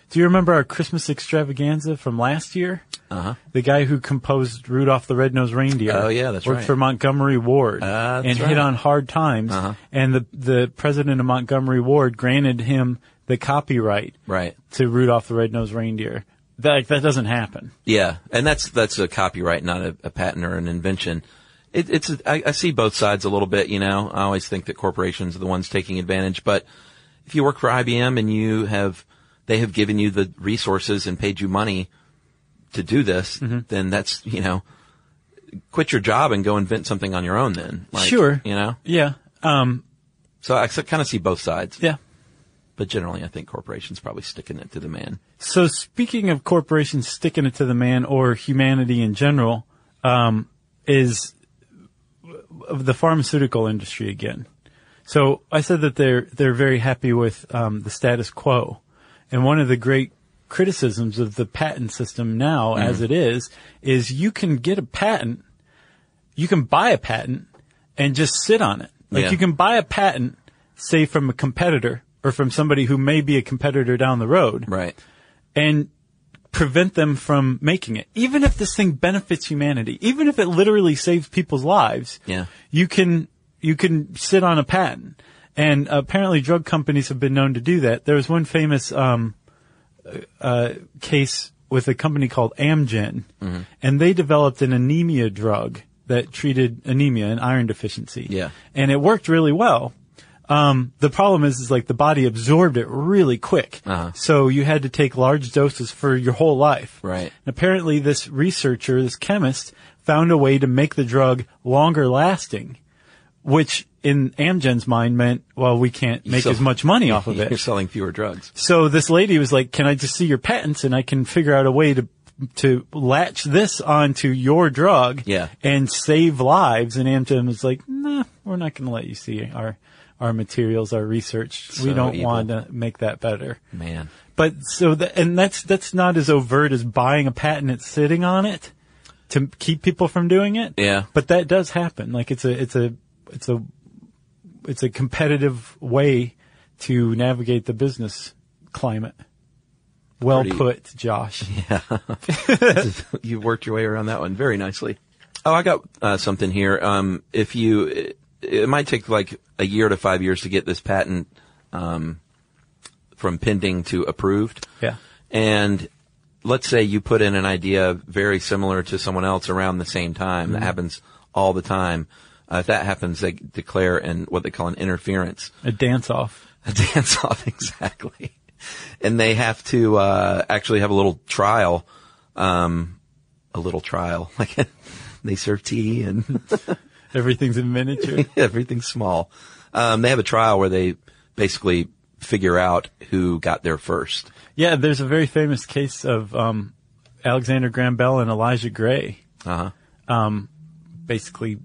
Do you remember our Christmas extravaganza from last year?
Uh huh.
The guy who composed Rudolph the Red-Nosed Reindeer.
Oh, yeah, that's
worked
right.
for Montgomery Ward
Uh, that's
and
right. Uh-huh.
hit on hard times. And the the president of Montgomery Ward granted him the copyright
Right.
to Rudolph the Red-Nosed Reindeer. That, like, that doesn't happen.
Yeah, and that's that's a copyright, not a, a patent or an invention. It, it's a- I I see both sides a little bit. You know, I always think that corporations are the ones taking advantage, but if you work for IBM and you have they have given you the resources and paid you money to do this,
Mm-hmm.
then that's you know, quit your job and go invent something on your own. Then, like,
Sure.
you know.
Yeah. Um,
So I kind of see both sides,
yeah.
but generally, I think corporations probably sticking it to the man.
So speaking of corporations sticking it to the man or humanity in general, um, is of the pharmaceutical industry again. So I said that they're they're very happy with um, the status quo, and one of the great criticisms of the patent system now, as it is, is you can get a patent, you can buy a patent, and just sit on it. Like
Yeah.
you can buy a patent, say from a competitor or from somebody who may be a competitor down the road,
Right.
and prevent them from making it. Even if this thing benefits humanity, even if it literally saves people's lives,
Yeah.
you can you can sit on a patent. And apparently, drug companies have been known to do that. There was one famous um, uh, case with a company called Amgen,
Mm-hmm.
and they developed an anemia drug that treated anemia and iron deficiency.
Yeah.
and it worked really well. Um, the problem is, is like the body absorbed it really quick.
Uh-huh.
So you had to take large doses for your whole life.
Right.
And apparently this researcher, this chemist, found a way to make the drug longer lasting, which in Amgen's mind meant, well, we can't make
So-
as much money off of
You're
it.
selling fewer drugs.
So this lady was like, can I just see your patents and I can figure out a way to to latch this onto your drug
Yeah.
and save lives. And Amgen was like, nah, we're not going to let you see our, our materials, our research. we
So
don't
evil.
want to make that better.
Man.
But so that, and that's, that's not as overt as buying a patent and sitting on it to keep people from doing it.
Yeah.
But that does happen. Like it's a, it's a, it's a, it's a competitive way to navigate the business climate. Well
Pretty-
put, Josh.
you worked your way around that one very nicely. Oh, I got uh, something here. Um, if you, it, it might take like a year to five years to get this patent um, from pending to approved.
Yeah.
And let's say you put in an idea very similar to someone else around the same time. That happens all the time. Uh, if that happens, they declare an what they call an interference.
A dance off.
A dance off, exactly. And they have to uh, actually have a little trial, um, a little trial. Like they serve tea and
Everything's in miniature.
everything's small. Um, they have a trial where they basically figure out who got there first.
yeah, there's a very famous case of um, Alexander Graham Bell and Elijah Gray
Uh huh.
basically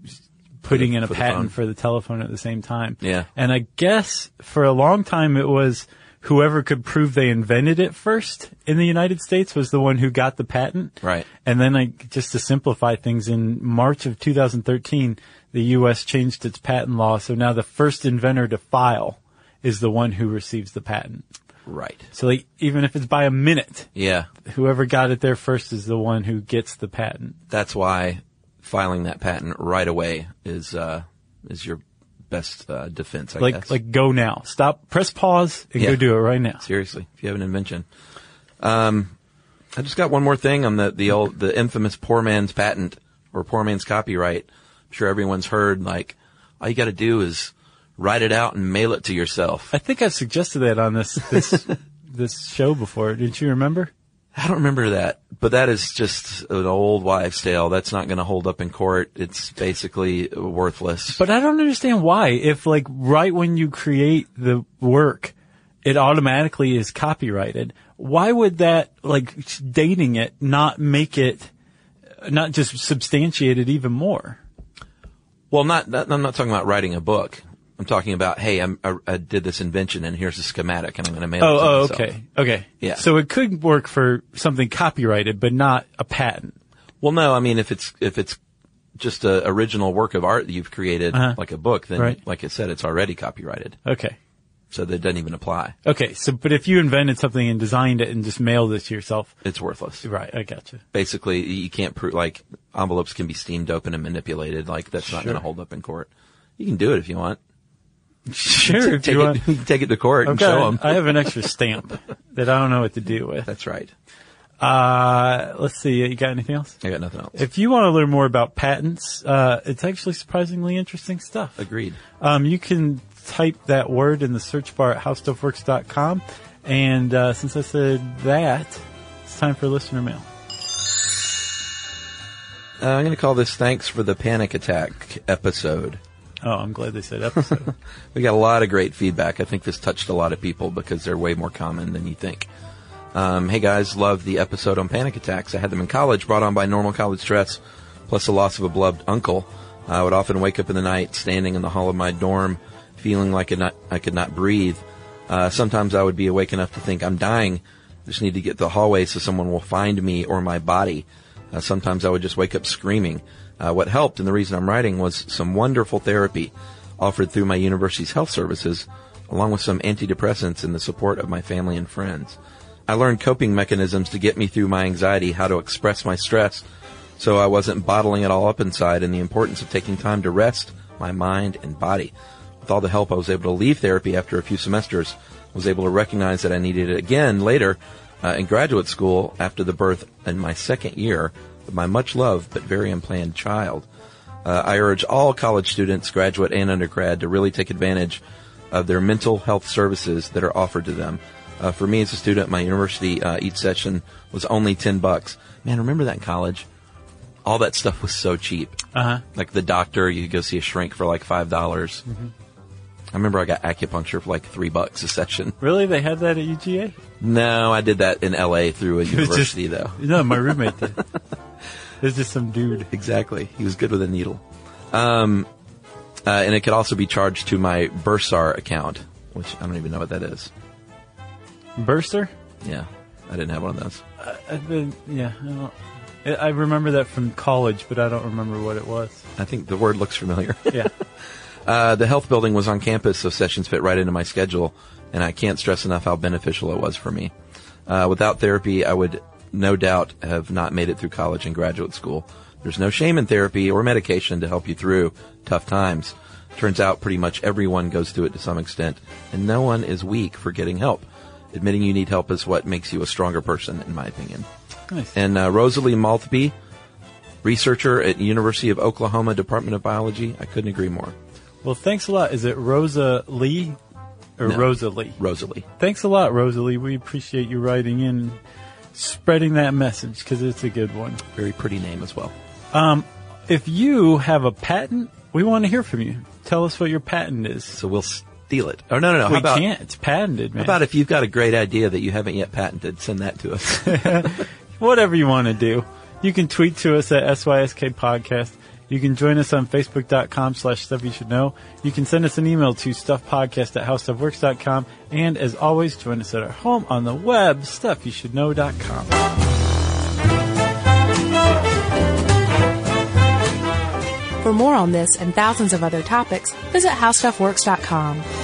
putting in a
for the phone.
patent for the telephone at the same time.
Yeah.
And I guess for a long time it was whoever could prove they invented it first in the United States was the one who got the patent.
Right.
And then I, just to simplify things, in March of 2013, the U.S. changed its patent law. So now the first inventor to file is the one who receives the patent.
Right.
So like, even if it's by a minute,
Yeah.
whoever got it there first is the one who gets the patent.
That's why filing that patent right away is uh, is your best uh, defense. I
Like,
guess.
like go now. Stop, press pause and
Yeah.
go do it right now.
Seriously, if you have an invention. Um, I just got one more thing on the the old the infamous poor man's patent or poor man's copyright. I'm sure everyone's heard like all you got to do is write it out and mail it to yourself.
I think I've suggested that on this, this, this show before. Didn't you remember?
I don't remember that, but that is just an old wives' tale. That's not going to hold up in court. It's basically worthless.
But I don't understand why. If like right when you create the work, it automatically is copyrighted. Why would that like dating it not make it not just substantiate it even more?
Well, not, not I'm not talking about writing a book. I'm talking about hey, I'm, I, I did this invention and here's a schematic and I'm going to mail it to
Oh, oh
myself.
okay, okay.
Yeah.
So it could work for something copyrighted, but not a patent.
Well, no, I mean if it's if it's just a original work of art that you've created,
Uh-huh.
like a book, then
Right.
like I said, it's already copyrighted,
Okay.
so that doesn't even apply.
Okay. So, but if you invented something and designed it and just mailed it to yourself,
It's worthless.
right? I gotcha.
Basically, you can't prove like envelopes can be steamed open and manipulated. Like that's not going to
Sure.
hold up in court. You can do it if you want.
Sure. if
take
you
it,
want.
take it to court
I've
and
got
show
an-
them.
I have an extra stamp that I don't know what to do with.
That's right.
Uh, let's see. You got anything else?
I got nothing else.
If you want to learn more about patents, uh, it's actually surprisingly interesting stuff.
Agreed.
Um, you can type that word in the search bar at howstuffworks.com. And uh, since I said that, it's time for listener mail.
Uh, I'm going to call this "Thanks for the Panic Attack" episode.
Oh, I'm glad they said episode.
We got a lot of great feedback. I think this touched a lot of people because they're way more common than you think. Um, hey guys, love the episode on panic attacks. I had them in college, brought on by normal college stress, plus the loss of a beloved uncle. I would often wake up in the night, standing in the hall of my dorm, feeling like I, not, I could not breathe. Uh, sometimes I would be awake enough to think I'm dying. Just need to get to the hallway so someone will find me or my body. Uh, sometimes I would just wake up screaming. Uh, what helped, and the reason I'm writing, was some wonderful therapy offered through my university's health services, along with some antidepressants and the support of my family and friends. I learned coping mechanisms to get me through my anxiety, how to express my stress, so I wasn't bottling it all up inside, and the importance of taking time to rest my mind and body. With all the help, I was able to leave therapy after a few semesters, was able to recognize that I needed it again later uh, in graduate school after the birth in my second year of my much loved but very unplanned child. Uh, I urge all college students, graduate and undergrad, to really take advantage of their mental health services that are offered to them. Uh, for me as a student, my university uh, each session was only ten bucks. Man, remember that in college? All that stuff was so cheap.
Uh-huh.
Like the doctor, you could go see a shrink for like five dollars.
Mm-hmm.
I remember I got acupuncture for like three bucks a session.
really? They had that at UGA?
No, I did that in LA through a
It was
university
just,
though.
No, my roommate did. There's just some dude.
Exactly. He was good with a needle. Um, uh, and it could also be charged to my Bursar account, which I don't even know what that is.
Burster?
Yeah. I didn't have one of those.
I've been, yeah, I don't. I I remember that from college, but I don't remember what it was.
I think the word looks familiar.
Yeah.
uh, the health building was on campus, so sessions fit right into my schedule, and I can't stress enough how beneficial it was for me. Uh, without therapy, I would no doubt have not made it through college and graduate school. There's no shame in therapy or medication to help you through tough times. Turns out pretty much everyone goes through it to some extent, and no one is weak for getting help. Admitting you need help is what makes you a stronger person, in my opinion.
Nice.
And uh, Rosalie Maltby, researcher at University of Oklahoma Department of Biology. I couldn't agree more.
Well, thanks a lot. Is it Rosa Lee or
No.
Rosalie?
Rosalie.
Thanks a lot, Rosalie. We appreciate you writing in, spreading that message because it's a good one.
Very pretty name as well.
If you have a patent, we want to hear from you. Tell us what your patent is.
So we'll steal it. Oh, no, no, no.
we
how about,
can't. It's patented,
How
man.
about if you've got a great idea that you haven't yet patented, send that to us.
Whatever you want to do. You can tweet to us at SYSK Podcast. You can join us on Facebook.com slash Stuff You Should Know. You can send us an email to StuffPodcast at HowStuffWorks.com. And as always, join us at our home on the web, StuffYouShouldKnow.com.
For more on this and thousands of other topics, visit HowStuffWorks.com.